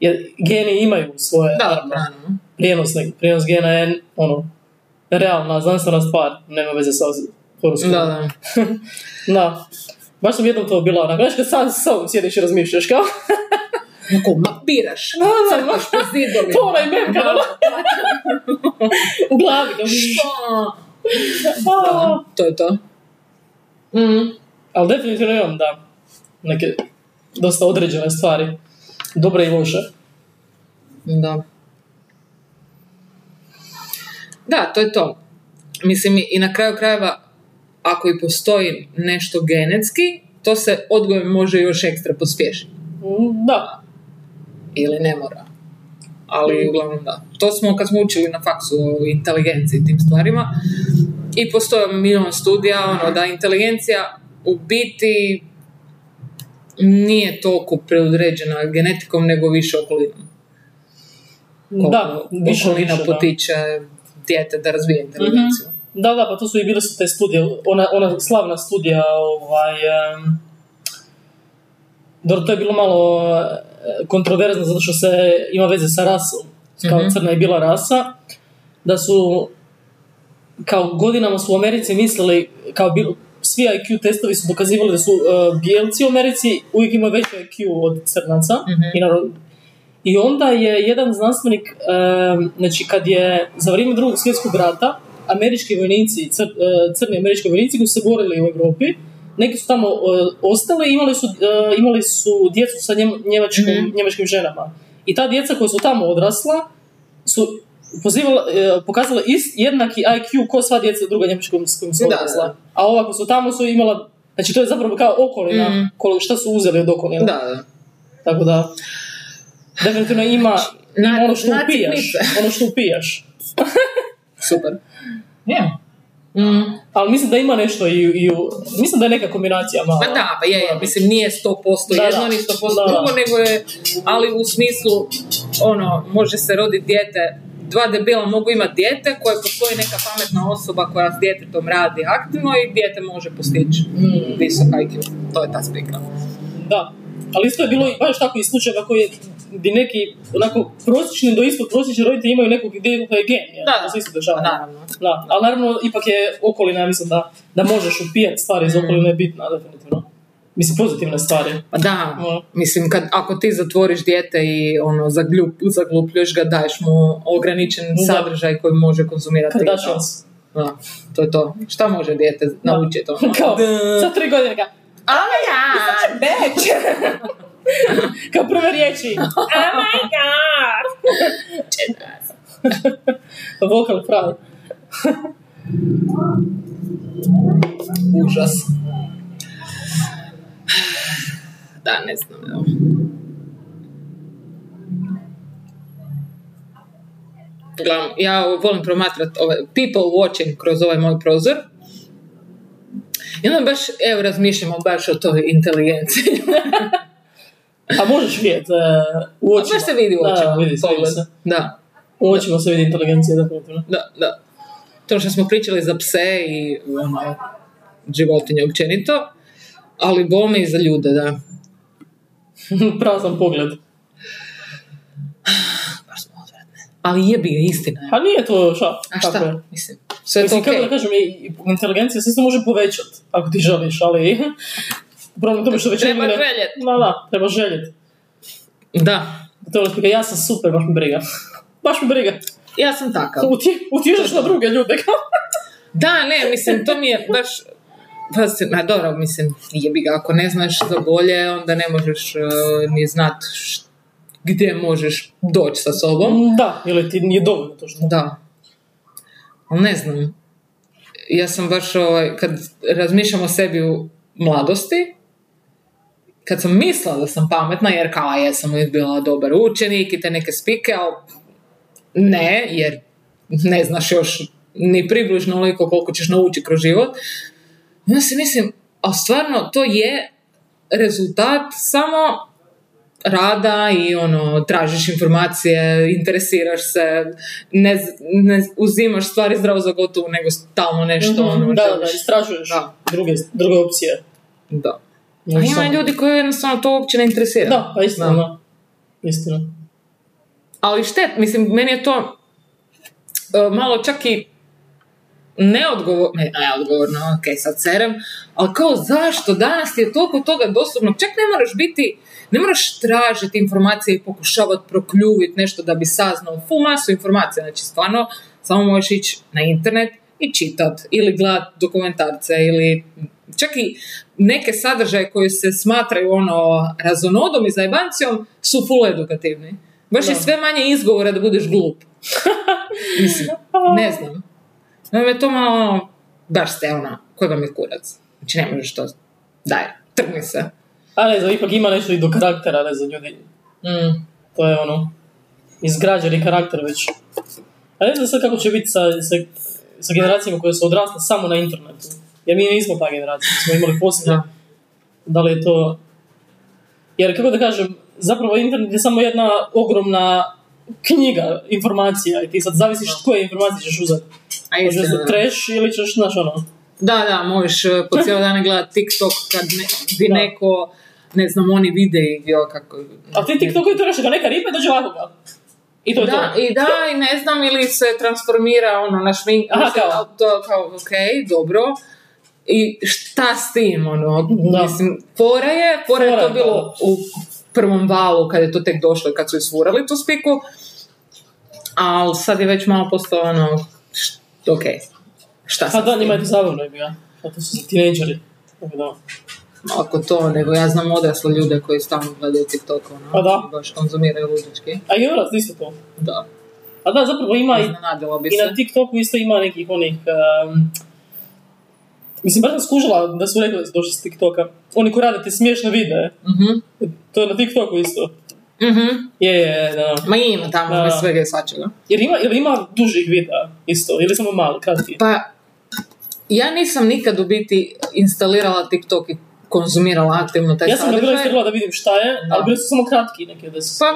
S2: Jer geni imaju svoje,
S1: da,
S2: naravno,
S1: naravno.
S2: prijenos, neki- prijenos gena je ono, realna, znanstvena stvar, nema veze sa horoskom.
S1: Da, da.
S2: da. Baš sam jednom to bila, onako, znaš kad sam sa sobom sjediš i razmišljaš, kao,
S1: Onako mapiraš,
S2: Da, da, da.
S1: crtaš po zidovima.
S2: to onaj mem kada u glavi, kao,
S1: Pa Što?
S2: "A."
S1: To je to. Mm.
S2: Ali definitivno imam, da, neke dosta određene stvari, dobre i loše.
S1: Da. Da, to je to. Mislim, i na kraju krajeva, ako i postoji nešto genetski, to se odgojem može još ekstra pospješiti.
S2: Mm, Da,
S1: Ili ne mora. Ali uglavnom da. To smo kad smo učili na faksu o inteligenciji i tim stvarima. I postoje milion studija ono, da inteligencija u biti nije toliko preodređena genetikom, nego više okolinom.
S2: da, više,
S1: okolina
S2: više, da.
S1: potiče dijete da razvije inteligenciju.
S2: Da, da, pa to su i bile su te studije, ona, ona slavna studija, ovaj, em, dobro, to je bilo malo eh, kontroverzno zato što se ima veze sa rasom, kao
S1: Mhm.
S2: crna i bila rasa, da su kao godinama su u Americi mislili, kao bil- svi IQ testovi su dokazivali da su eh, bijelci u Americi uvijek imaju veći IQ od crnaca.
S1: Mhm.
S2: I, naravno- I onda je jedan znanstvenik, em, znači kad je za vrijeme drugog svjetskog rata, američki vojnici, cr, eh, crni američki vojnici koji su se borili u Europi, neki su tamo eh, ostali i imali su, eh, imali su djecu sa njem- njemačkom,
S1: Mhm.
S2: njemačkim ženama. I ta djeca koja su tamo odrasla, su pozivala, e, pokazala ist, jednaki IQ ko sva djeca druga njemačka s kojim su
S1: Da,
S2: odrasla.
S1: da.
S2: A ova koja su tamo su imala, znači to je zapravo kao okolina,
S1: Mhm.
S2: kol- šta su uzeli od okolina.
S1: Da, da.
S2: Tako da, definitivno ima
S1: Znači, Na-
S2: ono što
S1: nacrtnice.
S2: upijaš. Ono što upijaš.
S1: Super. Mm.
S2: Ali mislim da ima nešto i, i u, mislim da je neka kombinacija malo.
S1: Pa da, pa je, je, mislim, nije 100%
S2: Da,
S1: jedno,
S2: da.
S1: ni 100%
S2: Da, da.
S1: drugo, nego je, ali u smislu, ono, može se roditi dijete, dva debila mogu imati dijete koje postoji neka pametna osoba koja s djetetom radi aktivno i dijete može postići
S2: Mm.
S1: visok IQ. To je ta spika.
S2: Da. Ali isto je bilo i baš tako i slučajeva koji je gdje neki onako prosječni do ispod prosječni roditelji imaju nekog ideju koja je genija.
S1: Da, da.
S2: To se isto dešava.
S1: Naravno.
S2: Da, ali naravno ipak je okolina, ja mislim da, da možeš upijat stvari
S1: Mm.
S2: iz okoline je bitna, definitivno. Mislim, pozitivne stvari.
S1: Pa da,
S2: Mm.
S1: mislim, kad, ako ti zatvoriš dijete i ono, zagljup, zaglupljuješ ga, daješ mu ograničen
S2: Da. Pa
S1: sadržaj koji može konzumirati.
S2: Kardashians.
S1: Da, to je to. Šta može dijete naučiti? ono?
S2: Kao, sa tri godine ga,
S1: A ja!
S2: bitch! Kao prve riječi. Oh my god! Vocal fry.
S1: Užas. Da, ne znam, evo. Uglavnom, ja volim promatrati ovaj, people watching kroz ovaj moj prozor. I onda baš, evo, razmišljamo baš o toj inteligenciji.
S2: A možeš vidjeti uh, u
S1: Pa
S2: očima.
S1: baš se vidi u
S2: Da,
S1: očima.
S2: Da, vidi se, vidi
S1: pogled.
S2: se.
S1: Da,
S2: U očima se vidi inteligencija, definitivno.
S1: da, da. To što smo pričali za pse i ono, životinje općenito, ali bome i za ljude, da.
S2: Prazan pogled.
S1: Baš smo odvratne. Ali jebi ga, istina je.
S2: A nije to šta?
S1: A šta?
S2: Tako je.
S1: Mislim, sve je to
S2: Mislim,
S1: okej.
S2: kako da kažem, i- i inteligencija se isto može povećati, ako ti želiš, ali... Problem u tome što većina
S1: Treba
S2: ljudi ne-
S1: željet.
S2: Da, da, treba željet.
S1: Da,
S2: Da ono te uvijek ja sam super, baš mi briga. Baš mi briga.
S1: ja sam takav.
S2: Uti, utježeš na druge ljude.
S1: Da, ne, mislim, to mi je baš... Pa se, ma dobro, mislim, jebi ga, ako ne znaš za bolje, onda ne možeš eh, ni znat št- gdje možeš doći sa sobom.
S2: da, ili ti nije dovoljno to što
S1: Da. Ali ne znam. Ja sam baš, ovaj, kad razmišljam o sebi u mladosti, kad sam mislila da sam pametna, jer kao ja sam uvijek bila dobar učenik i te neke spike, ali ne, jer ne znaš još ni približno oliko koliko ćeš naučiti kroz život. Onda si mislim, a stvarno to je rezultat samo rada i ono, tražiš informacije, interesiraš se, ne, z- ne z- uzimaš stvari zdravo za gotovo, nego stalno nešto ono,
S2: Mhm, da, da,
S1: želiš.
S2: istražuješ
S1: Da.
S2: Druge, druge opcije.
S1: da. A ima ljudi koji jednostavno to uopće ne interesira.
S2: Da, pa istina,
S1: Da.
S2: da. Istina.
S1: Ali štet, mislim, meni je to e, malo čak i neodgovorno, ne, neodgovorno, ok, sad serem, ali kao zašto danas ti je toliko toga dostupno, čak ne moraš biti, ne moraš tražiti informacije i pokušavati prokljuviti nešto da bi saznao fu masu informacija, znači stvarno samo možeš ići na internet i čitat ili gledat dokumentarce ili čak i neke sadržaje koji se smatraju ono razonodom i zajebancijom su full edukativni. Baš je
S2: Da.
S1: sve manje izgovora da budeš glup. Mislim, ne znam. No me to malo, baš ste ona, koji vam je kurac. Znači ne možeš to, daj, trgni se.
S2: Ali ne znam, ipak ima nešto i do karaktera, ne znam, ljudi.
S1: Mm.
S2: To je ono, izgrađeni karakter već. A ne znam sad kako će biti sa, sa, sa generacijama koje su odrasle samo na internetu. Jer mi nismo ta generacija, mi smo imali poslije.
S1: Da.
S2: Da li je to... Jer kako da kažem, zapravo internet je samo jedna ogromna knjiga informacija i ti sad zavisiš koje informacije ćeš uzeti.
S1: A
S2: Možeš
S1: istina.
S2: da trash ili ćeš, znaš ono,
S1: Da, da, možeš eh, po cijelo dan gledati TikTok kad ne, gdje
S2: Da.
S1: neko, ne znam, oni vide i kako...
S2: A ti TikTok je to nešto, neka riba dođe ovako ga. I to je
S1: da,
S2: to.
S1: i da, i ne znam, ili se transformira ono na šmink,
S2: Aha,
S1: mislim,
S2: kao.
S1: al to kao, ok, dobro. I šta s tim, ono,
S2: Da.
S1: mislim, fora je, fora je
S2: Fora
S1: to
S2: je,
S1: bilo u prvom valu kad je to tek došlo i kad su isfurali tu spiku, ali sad je već malo postao ono, št, ok, šta
S2: Pa
S1: sad
S2: da,
S1: s
S2: njima je
S1: tim?
S2: to zabavno jebi ga. Pa to su za tinejdžeri. Tako da.
S1: Ako to, nego ja znam odrasle ljude koji stalno gledaju TikTok, ono,
S2: Pa da.
S1: baš konzumiraju ludički,
S2: A i odrasli isto to.
S1: da,
S2: A da, zapravo ima Pa i,
S1: iznenadila bi
S2: i na
S1: se.
S2: TikToku isto ima nekih onih... em, mislim, baš sam skužila da su rekli da su došli s TikToka. Oni koji rade te smiješne videe.
S1: Mhm,
S2: To je na TikToku isto.
S1: mhm.
S2: Je, je, je, da.
S1: Ma ima tamo
S2: Da.
S1: svega i svačega.
S2: Jer ima, jer ima dužih videa isto, ili samo mali, kratki.
S1: Pa, ja nisam nikad u biti instalirala TikTok i konzumirala aktivno taj
S2: Ja sam ga bila
S1: sadržaj.
S2: istrgla da vidim šta je,
S1: Da.
S2: ali bili su samo kratki neke da su
S1: Pa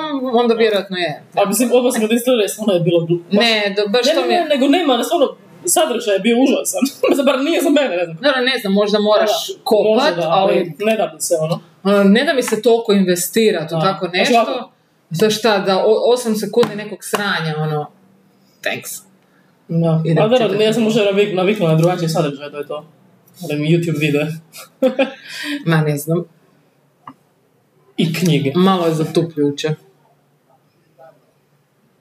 S1: onda vjerojatno je.
S2: A mislim, odmah sam ga instalirala jer stvarno je bilo glu- baš-
S1: Ne, do, baš
S2: ne,
S1: to
S2: ne,
S1: mi
S2: ne,
S1: je...
S2: nego nema, ne, stvarno, sadržaj je bio užasan. Mislim, bar nije za mene, ne znam.
S1: Dobro, ne znam, možda moraš
S2: Da,
S1: kopat,
S2: možda da,
S1: ali
S2: Ne da mi se, ono.
S1: ono, ne da mi se toliko investirati u
S2: Da.
S1: tako
S2: Znači,
S1: nešto.
S2: ovako,
S1: Za šta, da o- osam sekundi nekog sranja, ono, thanks.
S2: Da.
S1: Idem
S2: A Pa da,
S1: čitati.
S2: ja sam možda navik- naviknula na drugačiji sadržaj, to je to. Ali mi YouTube vide.
S1: Ma ne znam,
S2: I knjige.
S1: malo je zatupljuće.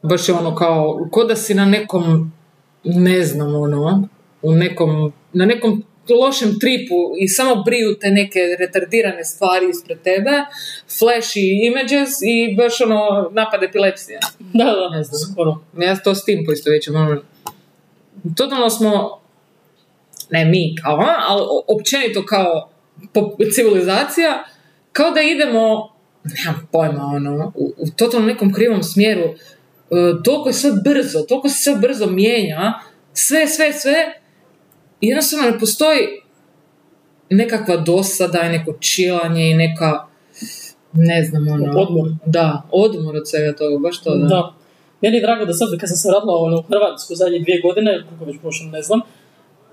S1: Baš je ono kao, ko da si na nekom, ne znam ono, u nekom, na nekom lošem tripu i samo briju te neke retardirane stvari ispred tebe, flash i images i baš ono napad epilepsija.
S2: Da, da,
S1: Ne znam.
S2: skoro.
S1: Ja to s tim poistovjećujem. ono, Totalno smo, ne mi kao, a, ali o- općenito kao po- civilizacija, kao da idemo, nemam pojma, ono, u, u totalno nekom krivom smjeru. E, toliko je sve brzo, toliko se sve brzo mijenja, sve, sve, sve. I jednostavno ne postoji nekakva dosada i neko čilanje i neka, ne znam, ono...
S2: Odmor.
S1: Da, odmor od svega toga, baš to da.
S2: Da. Meni je drago da sad kad sam se vratila ono, u Hrvatsku zadnje dvije godine, kako već prošlo, ne znam,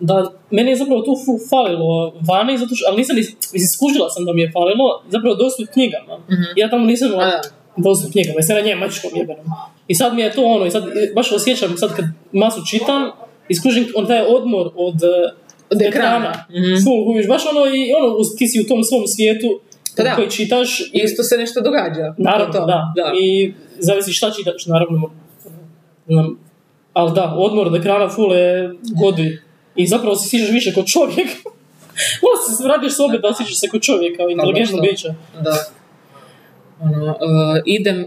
S2: da meni je zapravo tu fu- falilo vani, zato što, ali nisam, ni- mislim, skužila sam da mi je falilo, zapravo dostup knjigama. Ja tamo nisam
S1: Mhm. A,
S2: imala
S1: da.
S2: dostup knjigama, ja sam na njemačkom jebenom. I sad mi je to ono, i sad i baš osjećam sad kad masu čitam, iskužim on taj odmor od, eh,
S1: Od ekrana. Mhm.
S2: Full, kužiš, baš ono, i ono, uz- ti si u tom svom svijetu
S1: Pa da.
S2: koji čitaš i
S1: Isto se nešto događa.
S2: Naravno,
S1: To,
S2: da.
S1: da.
S2: I zavisi šta čitaš, naravno. Znam, ali da, odmor od ekrana full je godi. I zapravo se siđeš više kod čovjeka. Ono se vratiš sobe da siđeš se kod čovjeka, inteligentno
S1: što?
S2: biće.
S1: da. Ono, e, idem, e,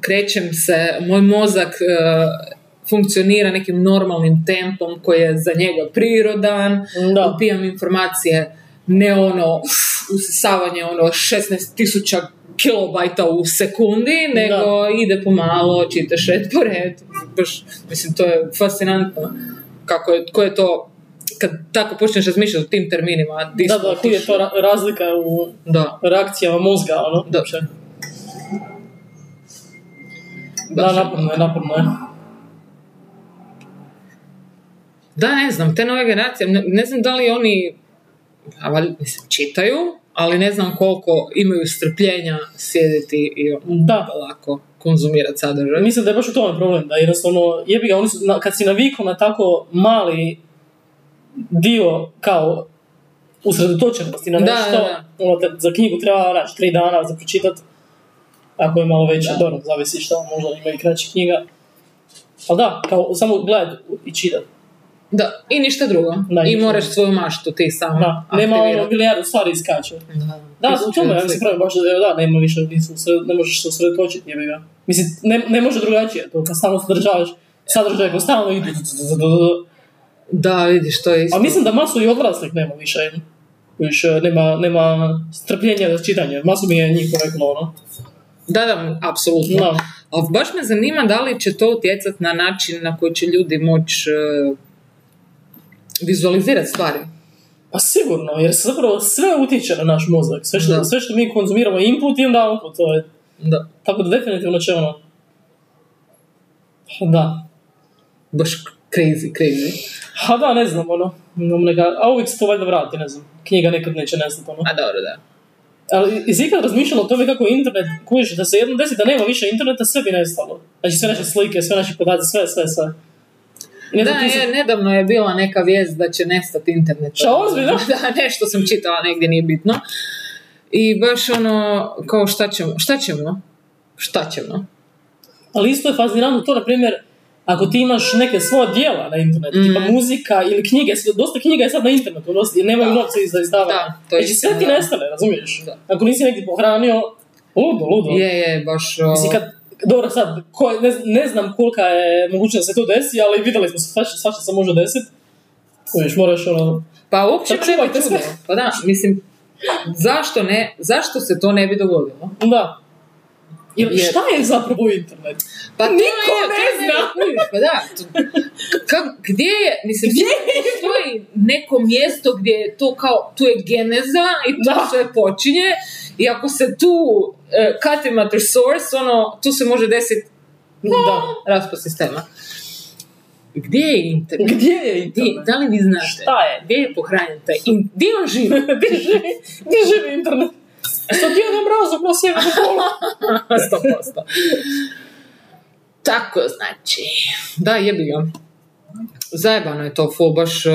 S1: krećem se, moj mozak e, funkcionira nekim normalnim tempom koji je za njega prirodan,
S2: Da.
S1: upijam informacije, ne ono uf, usisavanje ono 16.000 kilobajta u sekundi, nego ide pomalo, čitaš red po red. Baš, mislim, to je fascinantno kako je, ko je to, kad tako počneš razmišljati o tim terminima, a ti
S2: Da,
S1: smo
S2: da, koji je
S1: otišli.
S2: to ra- razlika u
S1: Da.
S2: reakcijama mozga, ono.
S1: Da.
S2: uopće. Da, naporno je, naporno je.
S1: Da, ne znam, te nove generacije, ne, ne znam da li oni a valj- mislim, čitaju, ali ne znam koliko imaju strpljenja sjediti i ono,
S2: Da.
S1: lako konzumirati sadržaj.
S2: Mislim da je baš u tome problem, da jednostavno, jebi ga, oni su, na- kad si navikao na tako mali dio kao usredotočenosti na
S1: Da,
S2: nešto,
S1: da, da.
S2: ono, te- za knjigu treba naći tri dana za pročitat, ako je malo veća, dobro, zavisi što, možda ima i kraća knjiga. Pa da, kao samo gledat i čitat.
S1: Da, i ništa drugo.
S2: Da,
S1: I
S2: ništa
S1: moraš
S2: drugo.
S1: svoju maštu ti sam
S2: Da, nema ono milijardu stvari iskače. Da, u tome, ja se pravim baš da, da, nema više, nisu, usre- ne možeš se usredotočiti, jebi ga. Mislim, ne, ne može drugačije, to kad stalno sadržavaš, sadržaj koji stalno ide,
S1: Da, vidiš, to je isto.
S2: A mislim da masu i odraslih nema više. Više nema, nema strpljenja za čitanje. Masu mi je njih reklo ono.
S1: Da, da, apsolutno.
S2: No.
S1: Ali baš me zanima da li će to utjecati na način na koji će ljudi moći e, vizualizirati stvari.
S2: Pa sigurno, jer se zapravo sve utječe na naš mozak. Sve što,
S1: Da.
S2: sve što mi konzumiramo je input i onda output. To je.
S1: Da.
S2: Tako da definitivno će ono... Da.
S1: Baš crazy, crazy.
S2: Ha da, ne znam, ono. Imam Neka, a uvijek se to valjda vrati, ne znam. Knjiga nekad neće nestati, ono.
S1: A dobro, da.
S2: Ali jesi ikad razmišljala o tome kako je internet, kužiš, da se jednom desi da nema više interneta, sve bi nestalo. Znači sve naše slike, sve naše podaci, sve, sve, sve. I ne
S1: da,
S2: znam, ti si-
S1: je, nedavno je bila neka vijest da će nestati internet.
S2: Šta, ozbiljno?
S1: Da, nešto sam čitala negdje, nije bitno. I baš ono, kao šta ćemo, šta ćemo? Šta ćemo?
S2: Ali isto je fascinantno to, na primjer, ako ti imaš neke svoja dijela na internetu,
S1: Mm.
S2: tipa muzika ili knjige, sve- dosta knjiga je sad na internetu, dosta, jer nemaju novca za izdavanje.
S1: Da, to je
S2: znači
S1: istina,
S2: sve ti
S1: da.
S2: nestane, razumiješ?
S1: Da.
S2: Ako nisi negdje pohranio, ludo, ludo.
S1: Je, je, baš... o,
S2: Mislim, kad, dobro sad, ko, ne, ne znam kolika je mogućnost da se to desi, ali vidjeli smo svašta, svašta se može desiti. Kojiš, moraš ono...
S1: Pa uopće
S2: Da
S1: me ne bi
S2: čuvajte sve.
S1: čudilo. Pa da, mislim, zašto ne, zašto se to ne bi dogodilo?
S2: Da. Jer,
S1: Jer-
S2: šta je zapravo internet?
S1: Pa to
S2: Niko
S1: je- to
S2: ne
S1: je meni
S2: zna.
S1: kužiš, Pa da, to- kak- gdje je, mislim, gdje postoji neko mjesto gdje je to kao, tu je geneza i tu
S2: Da.
S1: sve počinje i ako se tu e, cutting at the source, ono, tu se može desiti
S2: Da.
S1: raspad sistema. Gdje je internet?
S2: Gdje je
S1: Gdje,
S2: internet?
S1: da li vi znate?
S2: Šta je?
S1: Gdje je pohranjen taj? in- Gdje on živi?
S2: Gdje živi, gdje živi internet? Što ti je ne mraz brzo pro sjevernu polu.
S1: 100%. Tako znači. Da, jebi ga. Zajebano je to ful, baš uh,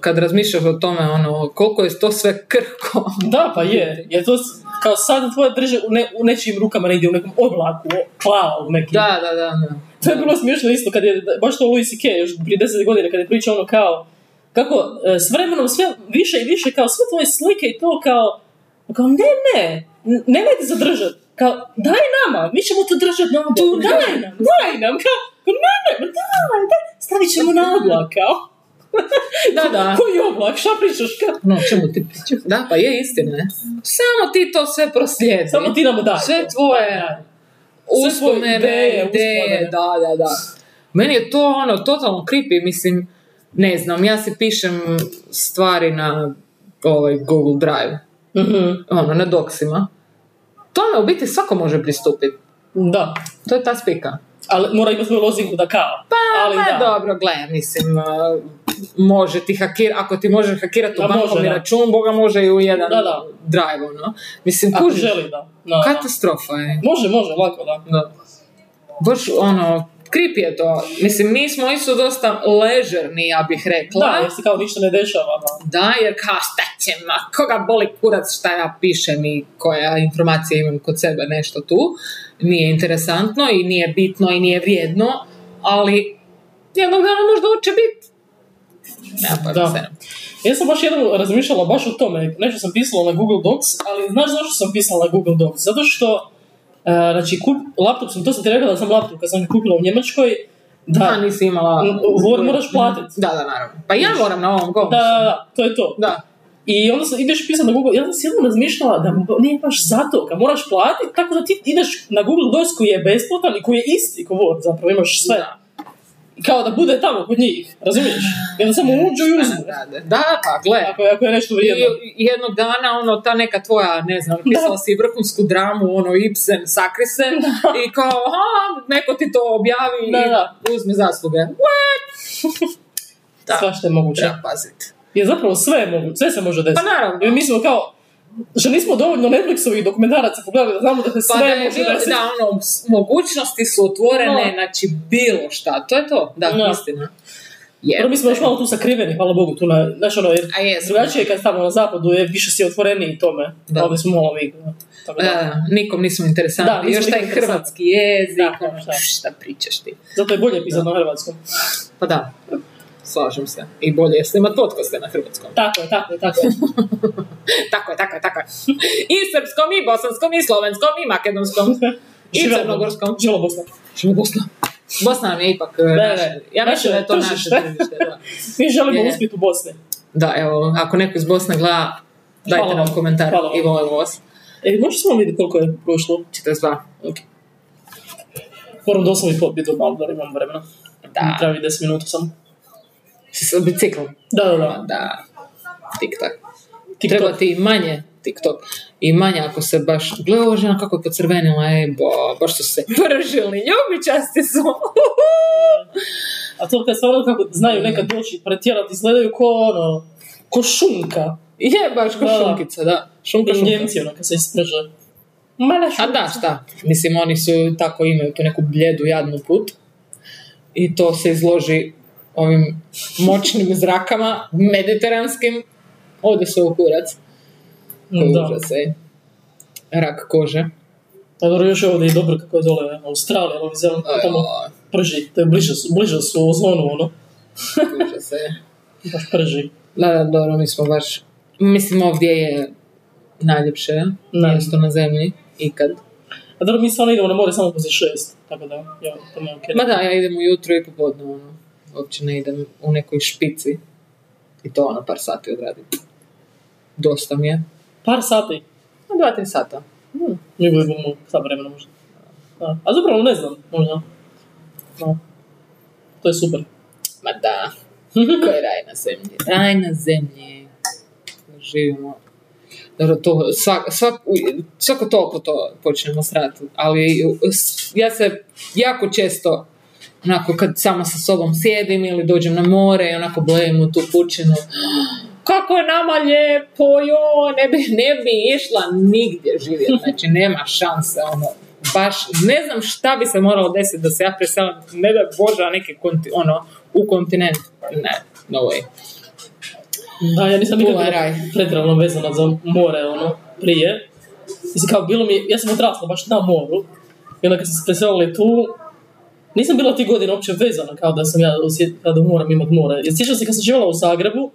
S1: kad razmišljaš o tome, ono, koliko je to sve krhko.
S2: Da, pa je. Je to s- kao sad tvoja drže u, ne, u nečijim rukama negdje, u nekom oblaku, o- cloud neki.
S1: Da, da, da, da.
S2: To je bilo smiješno isto kad je, baš to Louis C.K. još prije deset godina kad je pričao ono kao kako e, s vremenom sve više i više kao sve tvoje slike i to kao kao ne, ne, n- nemojte zadržati. Kao, daj nama, mi ćemo to držati na oblaku, daj nam, daj nam, kao, kao, ne, ne, ma daj, daj, stavit ćemo na oblak, kao.
S1: Da, da.
S2: Koji oblak, šta pričaš, kao?
S1: No, čemu ti pričam? Da, pa je istina. je. Samo ti to sve proslijedi.
S2: Samo ti nam daj.
S1: Sve tvoje
S2: Sve tvoje
S1: uspomene,
S2: ideje,
S1: ideje,
S2: uspomene.
S1: da, da, da. Meni je to ono, totalno creepy, mislim, ne znam, ja si pišem stvari na ovaj Google Drive,
S2: Mhm.
S1: ono, na doksima. Tome u biti svako može pristupiti.
S2: Da,
S1: To je ta spika.
S2: ali mora imati svoju lozinku da kao.
S1: Pa,
S2: ali
S1: pa
S2: da.
S1: dobro, gle, mislim, a, može ti hakir, ako ti može hakirati
S2: Da,
S1: u
S2: može,
S1: bankovni
S2: da.
S1: račun, boga može i u jedan
S2: Da, da.
S1: drive, ono. Mislim,
S2: Ako
S1: kužiš,
S2: želi, da. da. da.
S1: katastrofa je.
S2: Može, može, lako, da.
S1: Da. Baš ono, creepy je to. Mislim, mi smo isto dosta ležerni, ja bih rekla.
S2: Da, jer se kao ništa ne dešava. Da.
S1: Da, jer kao šta ćemo, koga boli kurac šta ja pišem i koja informacija imam kod sebe nešto tu. Nije interesantno i nije bitno i nije vrijedno, ali jednog dana možda hoće biti. Nema
S2: Da.
S1: pojma sve.
S2: Ja sam baš jednom razmišljala baš o tome, nešto sam pisala na Google Docs, ali znaš zašto sam pisala na Google Docs? Zato što, e, znači, kup, laptop sam, to sam ti rekla da sam laptop kad sam ga kupila u Njemačkoj, da,
S1: Da, nisi imala...
S2: N- Word moraš platit.
S1: Da, da, naravno. Pa ja moram na ovom
S2: da,
S1: gomu.
S2: da, da, to je to.
S1: da.
S2: I onda sam, ideš pisati na Google, ja sam si jednom razmišljala da ba- nije baš zato, kad moraš platiti, tako da ti ideš na Google Docs koji je besplatan i koji je isti ko Word, zapravo imaš sve. Kao da bude tamo kod njih, razumiješ? Jer da samo uđu i uzmu,
S1: Da, da, pa gle.
S2: ako, je- ako je nešto vrijedno.
S1: I jednog dana, ono, ta neka tvoja, ne znam, pisala si vrhunsku dramu, ono, Ibsen, Sakrisen, i kao, aha, neko ti to objavi
S2: Da,
S1: i
S2: da.
S1: uzme zasluge. What? Da.
S2: Svašta je moguće.
S1: Treba paziti.
S2: Jer zapravo sve je moguće, sve se može
S1: Pa
S2: desiti.
S1: naravno.
S2: Jer mi smo kao, što nismo dovoljno Netflixovih dokumentaraca pogledali da znamo da se
S1: Pa
S2: sve
S1: da je
S2: može
S1: bilo-
S2: desiti.
S1: da, ono, s- mogućnosti su otvorene,
S2: No.
S1: znači bilo šta, to je to, da,
S2: Da.
S1: istina. Je.
S2: Prvo mi smo još malo tu sakriveni, hvala Bogu, tu na, znaš ono, jer
S1: A jesmo.
S2: drugačije je kad tamo na zapadu je više si otvoreniji tome.
S1: Da.
S2: A Ovdje smo malo mi. Tako da.
S1: Da, e, nikom nismo
S2: Da,
S1: interesantni,
S2: nismo
S1: još taj
S2: nikom interesantni.
S1: hrvatski jezik,
S2: Da,
S1: ono,
S2: šta.
S1: šta pričaš ti.
S2: Zato je bolje pisati na hrvatskom.
S1: Pa da, slažem se. I bolje je snimat podcaste na hrvatskom.
S2: Tako je, tako je, tako je.
S1: Tako je, tako je, tako je. I srpskom, i bosanskom, i slovenskom, i makedonskom, i
S2: Živjela
S1: crnogorskom.
S2: Bosna. Živjela Bosna.
S1: Što Bosna? Bosna nam je ipak e,
S2: da.
S1: naše. Ja mislim da je to
S2: Naše
S1: naše
S2: tržište.
S1: tržište. Da.
S2: Mi želimo
S1: Je.
S2: uspjeti u Bosni.
S1: da, evo, ako neko iz Bosne gleda, dajte
S2: Hvala vam.
S1: nam komentar
S2: Hvala vam.
S1: i volimo vas.
S2: E, možeš samo vidjeti koliko je prošlo?
S1: 42.
S2: Ok. Moram doslovno i popiti do malo, da imam vremena.
S1: Da.
S2: Treba mi 10 minuta samo.
S1: Si sa biciklom?
S2: Da, da,
S1: Pa
S2: da.
S1: Da. Tik tak.
S2: TikTok.
S1: Treba ti i manje TikTok. I manje ako se baš... Gle, ova žena kako je pocrvenila, ej, bo, baš su se pržili, ljubičasti su.
S2: A to kad stvarno kako znaju nekad doći pretjerati, izgledaju ko ono, ko šunka.
S1: Je, baš ko
S2: Da, da.
S1: šunkica, da. Šunka,
S2: I
S1: šunka.
S2: Njemci ono kad se isprže. Mala
S1: A
S2: šunka.
S1: da, šta? Mislim, oni su tako imaju tu neku bljedu jadnu put i to se izloži ovim moćnim zrakama, mediteranskim, ode se u kurac. Koji
S2: Da.
S1: užas, ej. Rak kože.
S2: Pa dobro, još je ovdje i dobro kako je dole ono, Australija, Novi Zeland,
S1: Aj,
S2: tamo
S1: aj,
S2: prži, to je bliže, su- bliže su ozonu, ono,
S1: užas, ej.
S2: baš prži.
S1: Da, da, dobro, mi smo baš... Mislim, ovdje je najljepše
S2: Da.
S1: mjesto na zemlji, ikad.
S2: A dobro, mi stvarno idemo na more samo poslije šest, tako da, ja, to mi je okej.
S1: Ma da, ja idem ujutro i popodne, ono. Uopće ne idem u nekoj špici. I to ono, par sati odradim. Dosta mi je.
S2: Par sati,
S1: Na dva, tri sata.
S2: mi budemo sa vremena možda. Da. A zapravo ne znam, možda. Da. To je super.
S1: Ma da. Ko je raj na zemlji? Raj na zemlji. Živimo. Dobro, to, svak, svak, u- svako toliko to počnemo srati, ali u- s- ja se jako često onako kad sama sa sobom sjedim ili dođem na more i onako blejim u tu pučinu kako je nama lijepo, jo, ne bi, ne bi išla nigdje živjeti, znači nema šanse, ono, baš, ne znam šta bi se moralo desiti da se ja preselam, ne da Bože, a neki, konti, ono, u kontinent, ne, no way.
S2: Da, ja nisam nikad
S1: Ovaj
S2: bila
S1: raj.
S2: pretjerano vezana za more, ono, prije. Mislim, kao bilo mi, ja sam odrasla baš na moru. I onda kad sam se preselila tu, nisam bila ti godine uopće vezana, kao da sam ja osjetila da moram imat more. Jer sjećam se kad sam živjela u Zagrebu,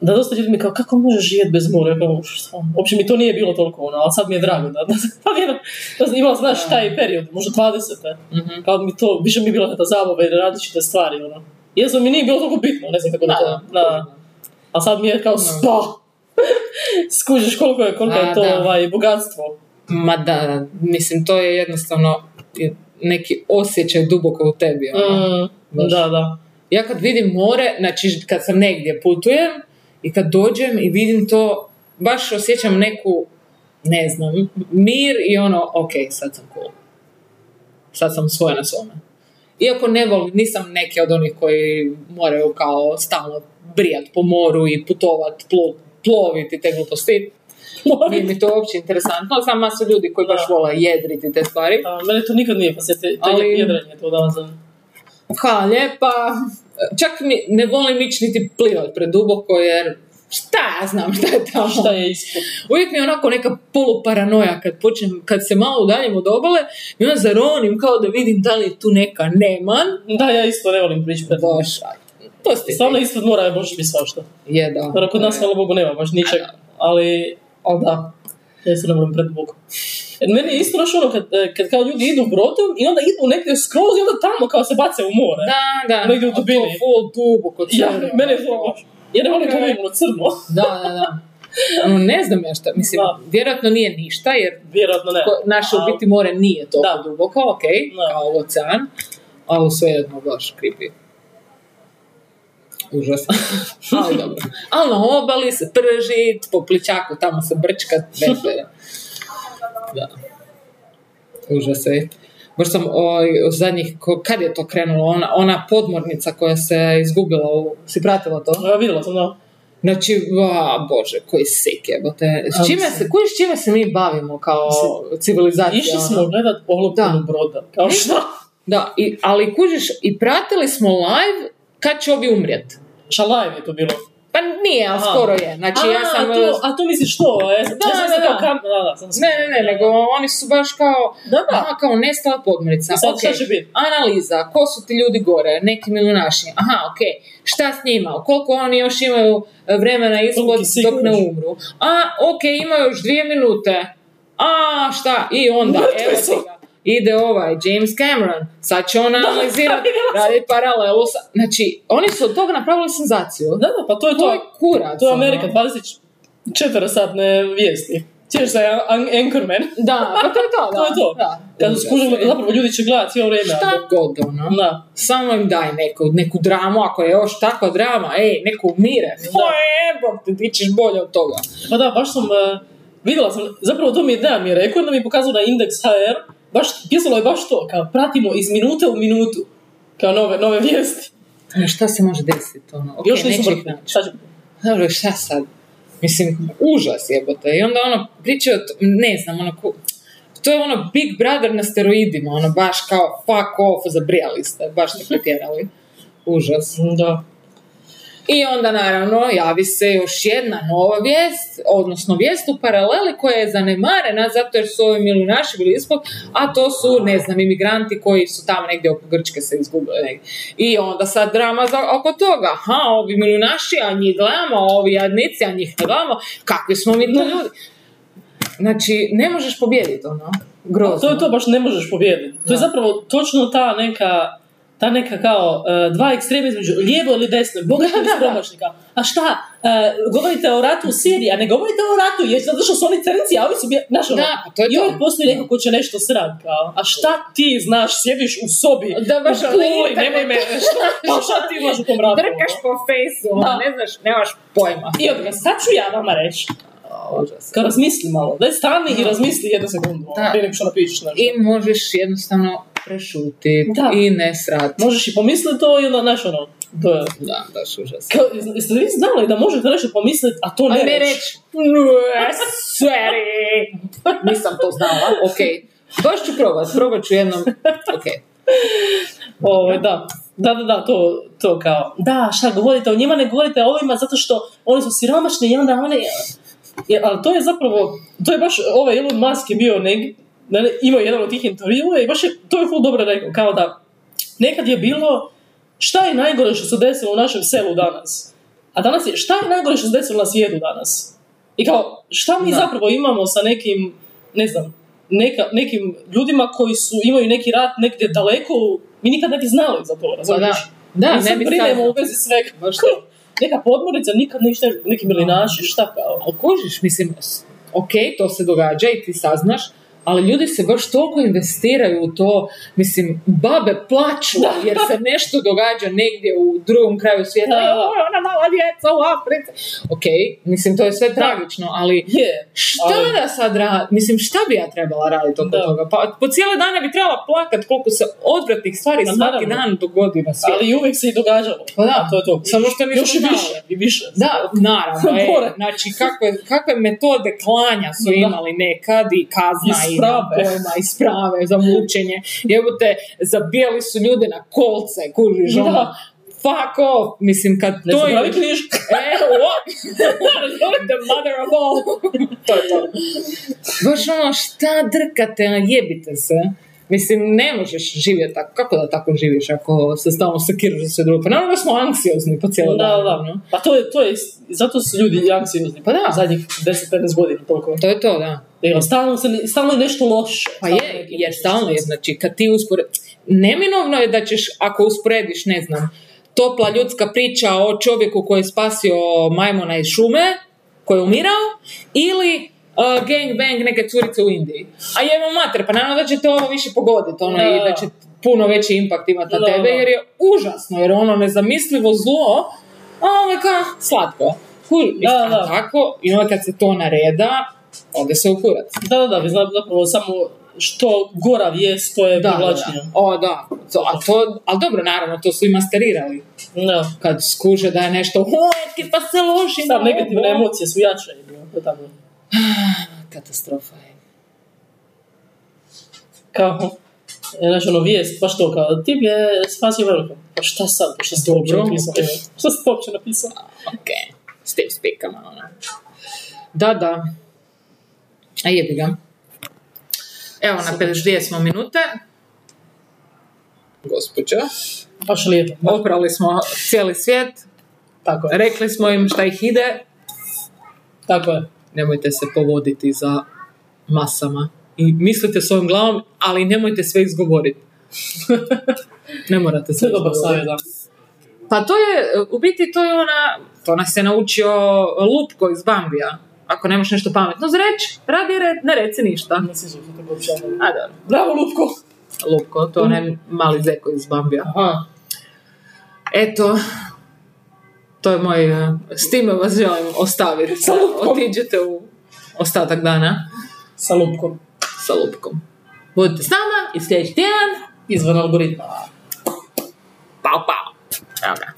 S2: da dosta ljudi mi kao, kako možeš živjeti bez mora? Ja kao, šta? Uopće mi to nije bilo toliko ono, ali sad mi je drago. Da, da, da, da sam imala, znaš, taj period, možda 20.
S1: Mhm.
S2: Kao mi to, više mi je bila ta zabava i različite stvari, ono. Jesu mi nije bilo toliko bitno, ne znam kako da, to,
S1: Da,
S2: da. A sad mi je kao spa. Skužiš koliko je, koliko je
S1: A,
S2: to
S1: da.
S2: ovaj, bogatstvo.
S1: Ma da, da, mislim, to je jednostavno neki osjećaj duboko u tebi, ono.
S2: Mm,
S1: baš.
S2: da, da.
S1: Ja kad vidim more, znači kad sam negdje putujem i kad dođem i vidim to, baš osjećam neku, ne znam, mir i ono, ok, sad sam cool. Sad sam svoja na svome. Iako ne volim, nisam neki od onih koji moraju kao stalno brijat po moru i putovat, plo, plovit i te gluposti. Nije mi to uopće interesantno, znam masu ljudi koji baš
S2: Da.
S1: vole jedriti te stvari.
S2: A, mene to nikad nije posjetio, to
S1: Ali-
S2: je jedranje to da za...
S1: Hvala lijepa. Čak mi ne volim ići niti plivat preduboko jer šta ja znam šta je tamo.
S2: Šta je ispod?
S1: Uvijek mi je onako neka poluparanoja kad, počnem, kad se malo udaljim od obale i onda zaronim kao da vidim da li je tu neka neman.
S2: Da, ja isto ne volim prići pred more.
S1: Boš, aj, pusti ti.
S2: Stvarno ispod mora je može biti svašta.
S1: Je, da.
S2: Jer kod nas, hvala Bogu, nema baš ničeg. Ali, ali da, ja se ne moram pred Bogom. E, Meni je isto naš ono kad, e, kad kao ljudi idu brodom i onda idu negdje skroz i onda tamo kao se bace u more.
S1: Da, da.
S2: Negdje u
S1: To
S2: dubini.
S1: full duboko.
S2: Ja,
S1: crno.
S2: mene je to baš. Ja ne volim kad
S1: Okej.
S2: vidim ono crno.
S1: Da, da, da. Ono, ne znam ja šta, mislim,
S2: Da.
S1: vjerojatno nije ništa jer
S2: Vjerojatno ne.
S1: Ko- naše u
S2: Ali-
S1: biti more nije toliko
S2: Da.
S1: duboko, ok,
S2: Da.
S1: kao ocean, ali svejedno baš creepy. Užasno. ali dobro. Ali na obali se pržit, po pličaku tamo se brčkat, bez veze. Da. Užas je. Baš sam oj, u zadnjih, ko- kad je to krenulo, ona, ona podmornica koja se izgubila, u, si pratila to?
S2: Ja, Pa vidjela sam, da.
S1: Znači, va, bože, koji sik jebote. S
S2: Ali
S1: čime se,
S2: mislim-
S1: koji s čime se mi bavimo kao
S2: Mislim,
S1: civilizacija?
S2: Išli
S1: ono?
S2: smo gledat olupinu
S1: Da.
S2: broda. Kao šta?
S1: Da, i, ali kužiš, i pratili smo live kad će ovi umrijet.
S2: Šalaj je to bilo.
S1: Pa nije, ali
S2: Aha.
S1: skoro je. Znači,
S2: a,
S1: ja sam...
S2: to, a to misliš to? e? Ja sam
S1: Da,
S2: mislila
S1: da, da.
S2: kao kam- da, da, sam
S1: Ne, ne, ne, nego oni su baš kao...
S2: Da, da.
S1: Aha, kao nestala podmornica.
S2: I sad
S1: ok.
S2: šta će biti?
S1: Analiza, ko su ti ljudi gore, neki milijunaši. Aha, ok. Šta s njima? Koliko oni još imaju e, vremena izgled
S2: Koliki si
S1: dok ne
S2: još?
S1: umru? A, ok, imaju još dvije minute. A, šta? I onda,
S2: Mrtvi
S1: evo
S2: su.
S1: ti ga. Ide ovaj James Cameron, sad će on analizirati,
S2: vidjela sam.
S1: radi paralelu sa... Znači, oni su od toga napravili senzaciju.
S2: Da, da, pa to je
S1: To je
S2: to.
S1: kurac.
S2: To je
S1: ono.
S2: Amerika, 24 satne vijesti. Sjećaš se An- Anchorman?
S1: Da, pa to je to, da.
S2: To je to.
S1: Da.
S2: Kad su skužili da zapravo ljudi će gledati cijelo vrijeme.
S1: Šta
S2: ali-
S1: god, ono.
S2: Da.
S1: Samo im daj neku, neku dramu, ako je još takva drama, ej, neku umire.
S2: Da.
S1: Ojebo, ti ti ćeš bolje od toga.
S2: Pa da, baš sam... e, vidjela sam, zapravo to mi je da mi je rekao, da mi je pokazao na Index HR, baš, pisalo je baš to, kao pratimo iz minute u minutu, kao nove, nove vijesti.
S1: E, šta se može desiti, ono? Okay,
S2: Još nisu mrtvi. Šta će biti?
S1: Dobro, šta sad? Mislim, užas jebote. I onda ono, pričaju, o t- ne znam, ono, ko- to je ono Big Brother na steroidima, ono, baš kao fuck off, zabrijali ste, baš ste pretjerali. Užas.
S2: Da.
S1: I onda naravno javi se još jedna nova vijest, odnosno vijest u paraleli koja je zanemarena zato jer su ovi milijunaši bili ispod, a to su, ne znam, imigranti koji su tamo negdje oko Grčke se izgubili. negdje. I onda sad drama za, oko toga. Aha, ovi milijunaši, a njih gledamo, a ovi jadnici, a njih ne gledamo. Kakvi smo mi to ljudi? Znači, ne možeš pobijediti, ono. Grozno.
S2: To je to, baš ne možeš pobijediti. To je zapravo točno ta neka ta neka kao e, dva ekstrema između lijevo ili desno, bogatih ili siromašnih, kao, A šta, e, govorite o ratu u Siriji, a ne govorite o ratu, jer zato što su oni crnci, a ovi su bje- znaš, ono,
S1: Da, pa to je
S2: I
S1: to.
S2: uvijek postoji neko ko će nešto srat, kao, a šta ti znaš, sjediš u sobi,
S1: Da, baš
S2: u
S1: ono,
S2: kuli,
S1: internet.
S2: nemoj me, šta, pa šta ti znaš u tom ratu?
S1: Drkaš
S2: ono?
S1: po fejsu, ono,
S2: Da.
S1: ne znaš, nemaš pojma.
S2: I onda, sad ću ja vama reći,
S1: A, užas.
S2: kao razmisli malo, daj stani i razmisli jednu sekundu, ono,
S1: Da.
S2: prije nego što napišeš nešto.
S1: i možeš jednostavno prešutiti
S2: Da.
S1: i ne srati.
S2: Možeš i pomisliti to i onda, znaš, ono, to je...
S1: Da, baš užas.
S2: Kao, jeste li znali da možete nešto pomisliti, a to
S1: A
S2: ne
S1: ne
S2: reći?
S1: reći, "Ne, sorry, nisam to znala, ok. Baš ću probat, probat ću jednom, ok.
S2: Ovaj, da. Da, da, da, to, to kao, da, šta govorite o njima, ne govorite o ovima zato što oni su siromašni i onda oni... Je, ali to je zapravo, to je baš, ovaj Elon Musk je bio neg, ne, ne, imao jedan od tih intervjua i baš je, to je ful dobro rekao, kao da nekad je bilo šta je najgore što se desilo u našem selu danas, a danas je šta je najgore što se desilo na svijetu danas. I kao, šta mi
S1: Da.
S2: zapravo imamo sa nekim, ne znam, neka, nekim ljudima koji su, imaju neki rat negdje daleko, u- mi nikad ne bi znali za to,
S1: Pa da,
S2: razumiješ?
S1: da
S2: Mi se
S1: ne bi
S2: brinemo u
S1: sad.
S2: vezi svega.
S1: Baš to.
S2: Neka podmorica, nikad ništa, neki milinaši, šta kao.
S1: Ali kužiš, mislim, s- ok, to se događa i ti saznaš, ali ljudi se baš toliko investiraju u to, mislim, babe plaću jer se nešto događa negdje u drugom kraju svijeta.
S2: Da, da.
S1: "Joj, ona mala djeca u Africi. Ok, mislim, to je sve tragično, ali
S2: Je,
S1: šta
S2: Ali-
S1: da sad ra- Mislim, šta bi ja trebala raditi oko
S2: Da.
S1: toga? Pa, po cijele dane bi trebala plakat koliko se odvratnih stvari
S2: Ma,
S1: svaki
S2: naravno.
S1: dan dogodi na svijetu.
S2: ali uvijek se i događalo.
S1: Pa da.
S2: A to je to.
S1: Samo što nismo
S2: Još i
S1: znali.
S2: više, i više.
S1: Da, naravno. e,
S2: Bore.
S1: znači, kakve, kakve metode klanja su
S2: Da.
S1: imali nekad i kazna
S2: I
S1: i,
S2: sprave.
S1: pojma, i sprave za mučenje. Jebute, zabijali su ljude na kolce, kužiš,
S2: Da.
S1: ono, fuck off. Mislim, kad
S2: Ne
S1: to
S2: znam,
S1: je...
S2: pravi knjiž.
S1: E, what? The mother of all. to je to. Baš ono, šta drkate, a jebite se. Mislim, ne možeš živjeti tako. Kako da tako živiš ako se stalno sekiraš za sve drugo? Pa naravno da smo anksiozni po cijelo
S2: Da,
S1: dan,
S2: da.
S1: ono.
S2: Pa to je, to je, zato su ljudi anksiozni.
S1: Pa da.
S2: Zadnjih 10-15 godina, toliko.
S1: To je to, da.
S2: Jer stalno, se, ne- stalno je nešto loše.
S1: Pa je, jer stalno je, znači, kad ti uspore... Neminovno je da ćeš, ako usporediš, ne znam, topla ljudska priča o čovjeku koji je spasio majmona iz šume, koji je umirao, ili uh, gangbang neke curice u Indiji. A jebo mater, pa naravno da će te ovo više pogoditi, ono,
S2: Da.
S1: i da će puno veći impakt imati na
S2: Da.
S1: tebe, jer je užasno, jer ono nezamislivo zlo, a ono je kao slatko. Kur,
S2: Da,
S1: a
S2: da.
S1: tako, i onda kad se to nareda, ode se u kurac.
S2: Da, da, da, vi znate zapravo samo što gora vijest, to je
S1: Da, da,
S2: privlačnija.
S1: da. O, da. To, a to, ali dobro, naravno, to su i masterirali.
S2: Da.
S1: Kad skuže da je nešto, hojski pa se loši.
S2: Sad
S1: ma,
S2: negativne
S1: ovo."
S2: emocije su jače. je, to je Tako.
S1: Katastrofa je.
S2: Kao, e, znači ono vijest, baš to kao, tip je spasio veliko. Pa šta sad, pa šta ste uopće
S1: Dobro.
S2: napisao? E, Šta ste uopće napisao?
S1: Ok, s tim spikama, ono. Da, da. A jebi ga. Evo, na 52 smo minute. Gospođa.
S2: Baš lijepo.
S1: Oprali smo cijeli svijet.
S2: Tako je,
S1: Rekli smo im šta ih ide.
S2: tako je.
S1: Nemojte se povoditi za masama. I mislite svojom glavom, ali nemojte sve izgovoriti. ne morate
S2: Sve
S1: sve
S2: dobar savjet,
S1: izgovoriti.
S2: da.
S1: Pa to je, u biti to je ona, to nas je naučio Lupko iz Bambija. Ako nemaš nešto pametno za reći, radi red, ne reci ništa.
S2: Ne sviđa se tako uopće.
S1: A da,
S2: Bravo, Lupko!
S1: Lupko, to je onaj mali zeko iz Bambija.
S2: Aha.
S1: Eto, to je moj, eh, s time vas želim ostaviti.
S2: Sa Lupkom.
S1: Otiđete u ostatak dana.
S2: Sa Lupkom.
S1: sa lupkom. Budite s nama i sljedeći tjedan.
S2: Izvan algoritma.
S1: Pao, pao. Evo ga. é,